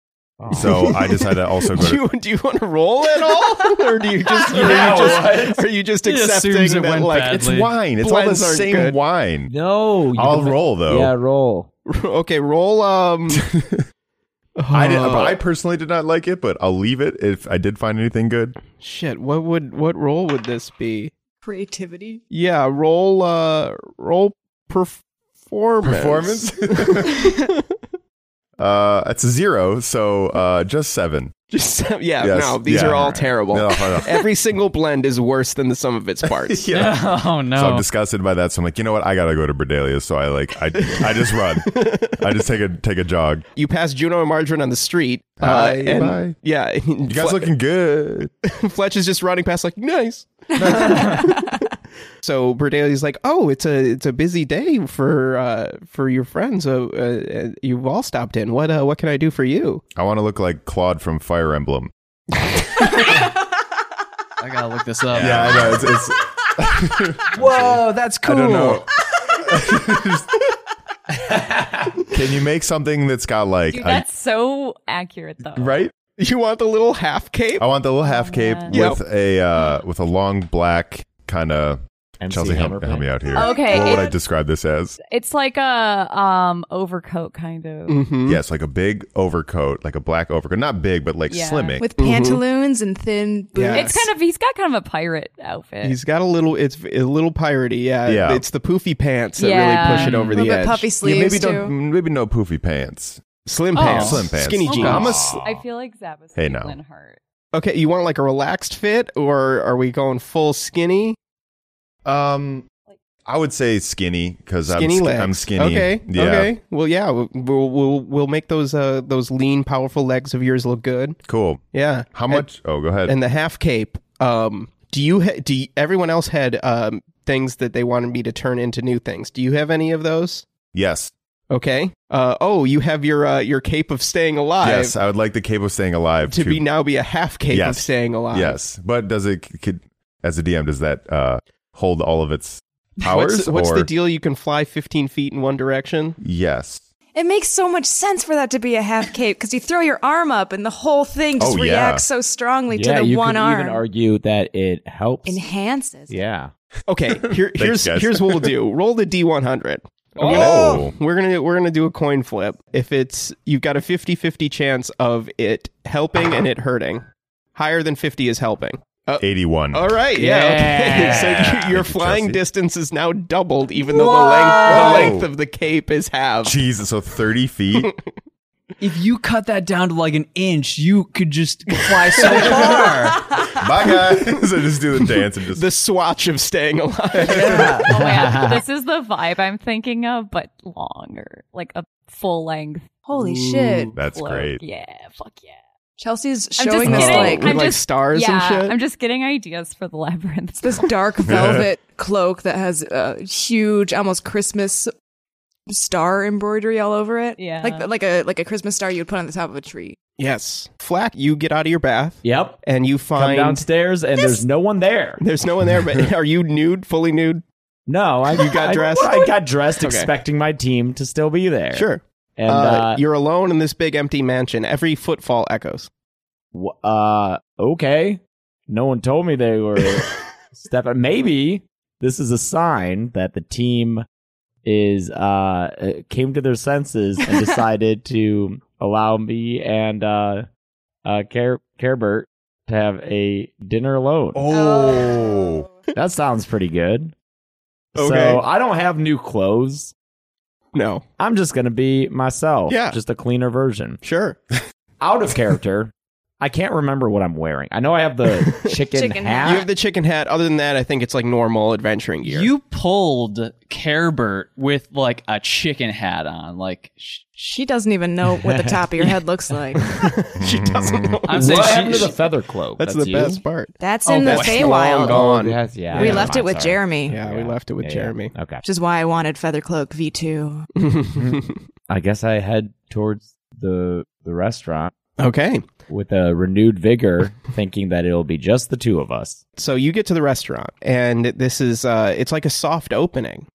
Speaker 4: So I decided to also go.
Speaker 2: do
Speaker 4: To,
Speaker 2: you, do you want to roll at all, or do you just are
Speaker 4: Yeah,
Speaker 2: you just,
Speaker 4: what?
Speaker 2: are you just
Speaker 4: He
Speaker 2: accepting
Speaker 4: assumes it
Speaker 2: that
Speaker 4: went
Speaker 2: like
Speaker 4: badly. It's wine. It's all the
Speaker 2: blends aren't
Speaker 4: same
Speaker 2: good?
Speaker 4: wine.
Speaker 10: No,
Speaker 4: I'll roll though.
Speaker 10: Yeah, roll.
Speaker 2: okay, roll. Um,
Speaker 4: I
Speaker 2: Oh,
Speaker 4: did, I personally did not like it, but I'll leave it if I did find anything good.
Speaker 2: shit. What would what roll would this be?
Speaker 12: "Oh,
Speaker 9: Creativity.
Speaker 2: Yeah, roll. Uh, roll performance.
Speaker 4: Performance? Uh, it's a zero, so uh, just seven.
Speaker 2: Just seven, yeah,
Speaker 4: Yes,
Speaker 2: no, these
Speaker 4: yeah.
Speaker 2: are all terrible.
Speaker 4: No, no.
Speaker 2: Every single blend is worse than the sum of its parts.
Speaker 4: Yeah.
Speaker 8: Oh no.
Speaker 4: So I'm disgusted by that. So I'm like, you know what? I gotta go to Berdalia. So I like, I, I just run. I just take a take a jog.
Speaker 2: You pass Juno and Margarine on the street. uh,
Speaker 4: Hi,
Speaker 2: and-
Speaker 4: bye.
Speaker 2: Yeah. You
Speaker 4: guys looking good.
Speaker 2: Fletch is just running past like, nice. so Berdalia's like, oh, it's a it's a busy day for uh, for your friends. Uh, uh, you've all stopped in. What uh, what can I do for you?
Speaker 4: I want to look like Claude from Fire Emblem.
Speaker 7: I gotta look this up.
Speaker 4: Yeah, I know. It's, it's
Speaker 10: Whoa, that's
Speaker 4: I don't know. Can you make something that's got like
Speaker 5: Dude,
Speaker 4: a-
Speaker 5: that's so accurate though.
Speaker 4: right?
Speaker 2: You want the little half cape?
Speaker 4: I want the little half cape
Speaker 2: Yeah.
Speaker 4: with a uh, with a long black kind of.
Speaker 10: MC
Speaker 4: Chelsea, help,
Speaker 10: Hammer
Speaker 4: help me out here.
Speaker 5: Okay,
Speaker 4: what would
Speaker 5: it-
Speaker 4: I describe this as?
Speaker 5: It's like a um overcoat kind of.
Speaker 4: Mm,
Speaker 2: Mm-hmm.
Speaker 4: Yes, like a big overcoat, like a black overcoat, not big, but like
Speaker 5: Yeah.
Speaker 4: slimming.
Speaker 9: with pantaloons and thin boots.
Speaker 2: Yeah.
Speaker 5: It's kind of he's got kind of a pirate outfit.
Speaker 2: He's got a little. It's a little piratey. Yeah.
Speaker 4: Yeah.
Speaker 2: It's the poofy pants that
Speaker 5: Yeah.
Speaker 2: really push it over the edge.
Speaker 4: yeah, maybe don't, maybe no poofy pants.
Speaker 2: Slim
Speaker 5: Oh. Oh.
Speaker 2: pants.
Speaker 4: Slim pants.
Speaker 2: Skinny jeans.
Speaker 4: I'm a s-
Speaker 5: I feel like Zab is
Speaker 4: Hey,
Speaker 5: hey,
Speaker 4: no.
Speaker 5: Hart.
Speaker 2: Okay, you want like a relaxed fit, or are we going full skinny?
Speaker 4: Um, I would say skinny because I'm,
Speaker 2: Skinny
Speaker 4: sk-
Speaker 2: legs.
Speaker 4: I'm skinny.
Speaker 2: Okay.
Speaker 4: Yeah.
Speaker 2: Okay. Well, yeah, we'll we'll we'll make those uh those lean, powerful legs of yours look good.
Speaker 4: Cool.
Speaker 2: Yeah.
Speaker 4: How much? oh, go ahead.
Speaker 2: And, and the half cape. Um, do you ha- do you- everyone else had um things that they wanted me to turn into new things? Do you have any of those?
Speaker 4: yes.
Speaker 2: Okay. Uh oh, you have your uh your cape of staying alive
Speaker 4: Yes. I would like the cape of staying alive
Speaker 2: to be now be a half cape
Speaker 4: Yes.
Speaker 2: of staying alive.
Speaker 4: Yes, but does it could as a DM does that uh, hold all of its powers?
Speaker 2: What's, what's
Speaker 4: or
Speaker 2: the deal? You can fly 15 feet in one direction.
Speaker 4: Yes.
Speaker 9: It makes so much sense for that to be a half cape because you throw your arm up and the whole thing just
Speaker 10: Oh, yeah.
Speaker 9: reacts so strongly
Speaker 10: Yeah,
Speaker 9: to the
Speaker 10: you
Speaker 9: one
Speaker 10: could
Speaker 9: arm.
Speaker 10: even argue that it helps.
Speaker 9: Enhances.
Speaker 10: yeah.
Speaker 2: Okay, here, here's
Speaker 10: guys.
Speaker 2: here's what we'll do. Roll the D100. I'm gonna-
Speaker 4: Oh.
Speaker 2: we're gonna we're gonna do a coin flip. If it's you've got a 50-50 chance of it helping and it hurting. Higher than 50 is helping. Uh,
Speaker 4: 81.
Speaker 2: All right, yeah.
Speaker 4: Yeah.
Speaker 2: Okay. So your- your
Speaker 4: Thank you,
Speaker 2: flying
Speaker 4: Chelsea.
Speaker 2: distance is now doubled, even though the length the length of the cape is halved.
Speaker 4: Jesus, so 30 feet?
Speaker 8: if you cut that down to like an inch, you could just fly so far.
Speaker 4: Bye, guys. so just do the dance and just.
Speaker 2: The swatch of staying alive.
Speaker 5: Oh man, this is the vibe I'm thinking of, but longer, like a full length.
Speaker 9: Holy shit.
Speaker 4: That's
Speaker 5: cloak.
Speaker 4: great.
Speaker 5: Yeah, fuck yeah.
Speaker 9: Chelsea's
Speaker 5: I'm just
Speaker 9: showing us
Speaker 5: kidding.
Speaker 9: like,
Speaker 5: I'm just,
Speaker 2: stars and
Speaker 5: yeah,
Speaker 2: shit?
Speaker 5: I'm just getting ideas for the labyrinth. It's
Speaker 9: this dark velvet cloak that has a huge, almost Christmas star embroidery all over it.
Speaker 5: Yeah.
Speaker 9: Like like a like a Christmas star you would put on the top of a tree.
Speaker 2: Yes. Flack, you get out of your bath
Speaker 10: Yep.
Speaker 2: and you
Speaker 10: Come
Speaker 2: find
Speaker 10: downstairs and there's no one there.
Speaker 2: there's no one there, but are you nude, fully nude?
Speaker 10: No, I
Speaker 2: You got
Speaker 10: I-
Speaker 2: dressed?
Speaker 10: I got dressed,
Speaker 2: Okay.
Speaker 10: expecting my team to still be there.
Speaker 2: Sure.
Speaker 10: And
Speaker 2: uh,
Speaker 10: uh,
Speaker 2: you're alone in this big empty mansion. Every footfall echoes.
Speaker 10: w- uh, okay. No one told me they were stepping. Maybe this is a sign that the team is uh uh, came to their senses and decided to allow me and uh uh, Care Carebert to have a dinner alone.
Speaker 4: Oh,
Speaker 10: that sounds pretty good.
Speaker 2: Okay.
Speaker 10: So uh, I don't have new clothes.
Speaker 2: No,
Speaker 10: I'm just gonna be myself.
Speaker 2: Yeah.
Speaker 10: just a cleaner version.
Speaker 2: Sure.
Speaker 10: Out of character. I can't remember what I'm wearing. I know I have the chicken, hat.
Speaker 2: You have the chicken hat. Other than that, I think it's like normal adventuring gear.
Speaker 7: You pulled Carebert with like a chicken hat on. Like sh-
Speaker 9: She doesn't even know what the top of your head looks like.
Speaker 2: she doesn't. Know
Speaker 7: I'm saying
Speaker 10: what
Speaker 7: she-
Speaker 10: happened to the
Speaker 7: she-
Speaker 10: feather cloak?
Speaker 2: That's, the
Speaker 10: you? Oh,
Speaker 2: best part.
Speaker 9: That's in the
Speaker 2: that's long
Speaker 9: Feywild,
Speaker 2: gone.
Speaker 10: Yes, yeah.
Speaker 9: We
Speaker 10: never
Speaker 9: left it
Speaker 10: mind,
Speaker 9: with
Speaker 10: sorry.
Speaker 9: Jeremy.
Speaker 2: Yeah, we left it with
Speaker 10: Yeah, yeah.
Speaker 2: Jeremy.
Speaker 10: Okay.
Speaker 9: which is why I wanted Feathercloak V2.
Speaker 7: Mm-hmm.
Speaker 10: I guess I head towards the the restaurant
Speaker 2: okay.
Speaker 10: with a renewed vigor, thinking that it'll be just the two of us.
Speaker 2: So you get to the restaurant, and this is uh, it's like a soft opening.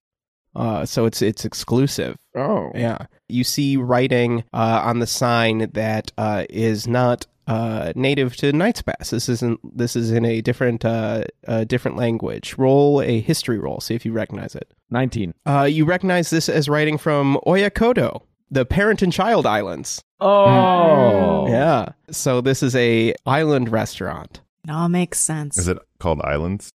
Speaker 2: Uh, so it's it's exclusive.
Speaker 10: Oh,
Speaker 2: Yeah. You see writing uh, on the sign that uh, is not uh, native to Knight's Pass. This isn't. This is in a different uh, a different language. Roll a history roll. See if you recognize it.
Speaker 10: nineteen.
Speaker 2: Uh, you recognize this as writing from Oyakoto, the Parent and Child Islands.
Speaker 10: Oh,
Speaker 2: Oh. Yeah. So this is a island restaurant.
Speaker 9: It all makes sense.
Speaker 4: Is it called Islands?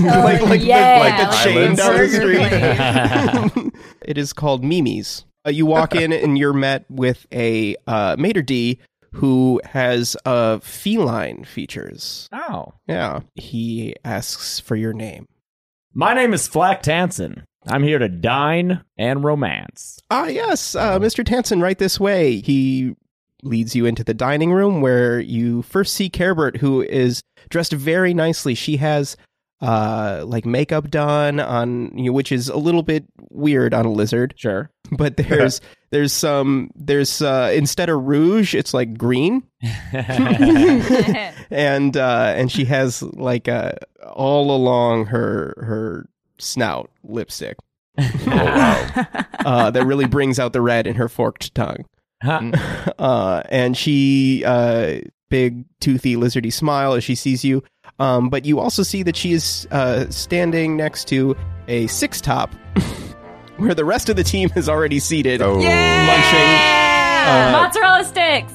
Speaker 2: like like
Speaker 5: Oh, yeah,
Speaker 2: the, like the
Speaker 5: like
Speaker 2: chain
Speaker 4: the
Speaker 2: down the
Speaker 4: burger
Speaker 2: street. it is called Mimi's. Uh, you walk in and you're met with a uh, maitre d who has uh, feline features.
Speaker 10: Oh,
Speaker 2: Yeah, he asks for your name.
Speaker 10: my name is Flack Tansen. I'm here to dine and romance.
Speaker 2: Ah, yes, uh, Mr. Tansen, right this way. He leads you into the dining room where you first see Carebert, who is dressed very nicely. She has uh like makeup done on you know, which is a little bit weird on a lizard
Speaker 10: Sure.
Speaker 2: but there's there's some there's uh instead of rouge it's like green and uh and she has like uh all along her her snout lipstick uh that really brings out the red in her forked tongue
Speaker 10: Huh.
Speaker 2: uh and she uh big toothy lizardy smile as she sees you um but you also see that she is uh standing next to a six top where the rest of the team is already seated
Speaker 4: Oh,
Speaker 2: munching
Speaker 5: Mozzarella sticks.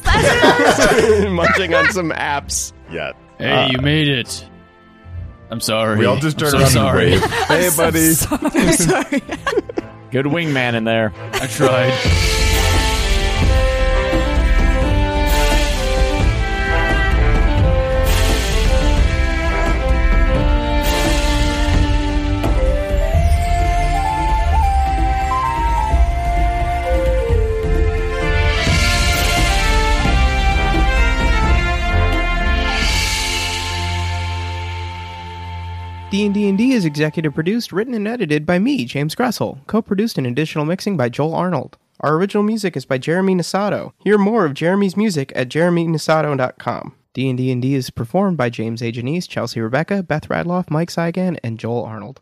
Speaker 2: munching on some apps.
Speaker 4: yeah.
Speaker 7: hey, you made it. I'm sorry.
Speaker 4: Uh, We all just turn
Speaker 7: I'm so
Speaker 4: around
Speaker 7: sorry.
Speaker 4: and wave. hey, buddy.
Speaker 9: I'm sorry.
Speaker 10: Good wingman in there.
Speaker 7: I tried.
Speaker 2: D&D and D is executive produced, written and edited by me, James Gressel. Co-produced and additional mixing by Joel Arnold. Our original music is by Jeremy Nisato. Hear more of Jeremy's music at jeremynisato.com. D&D and D is performed by James A. Janice, Chelsea Rebecca, Beth Radloff, Mike Saigan, and Joel Arnold.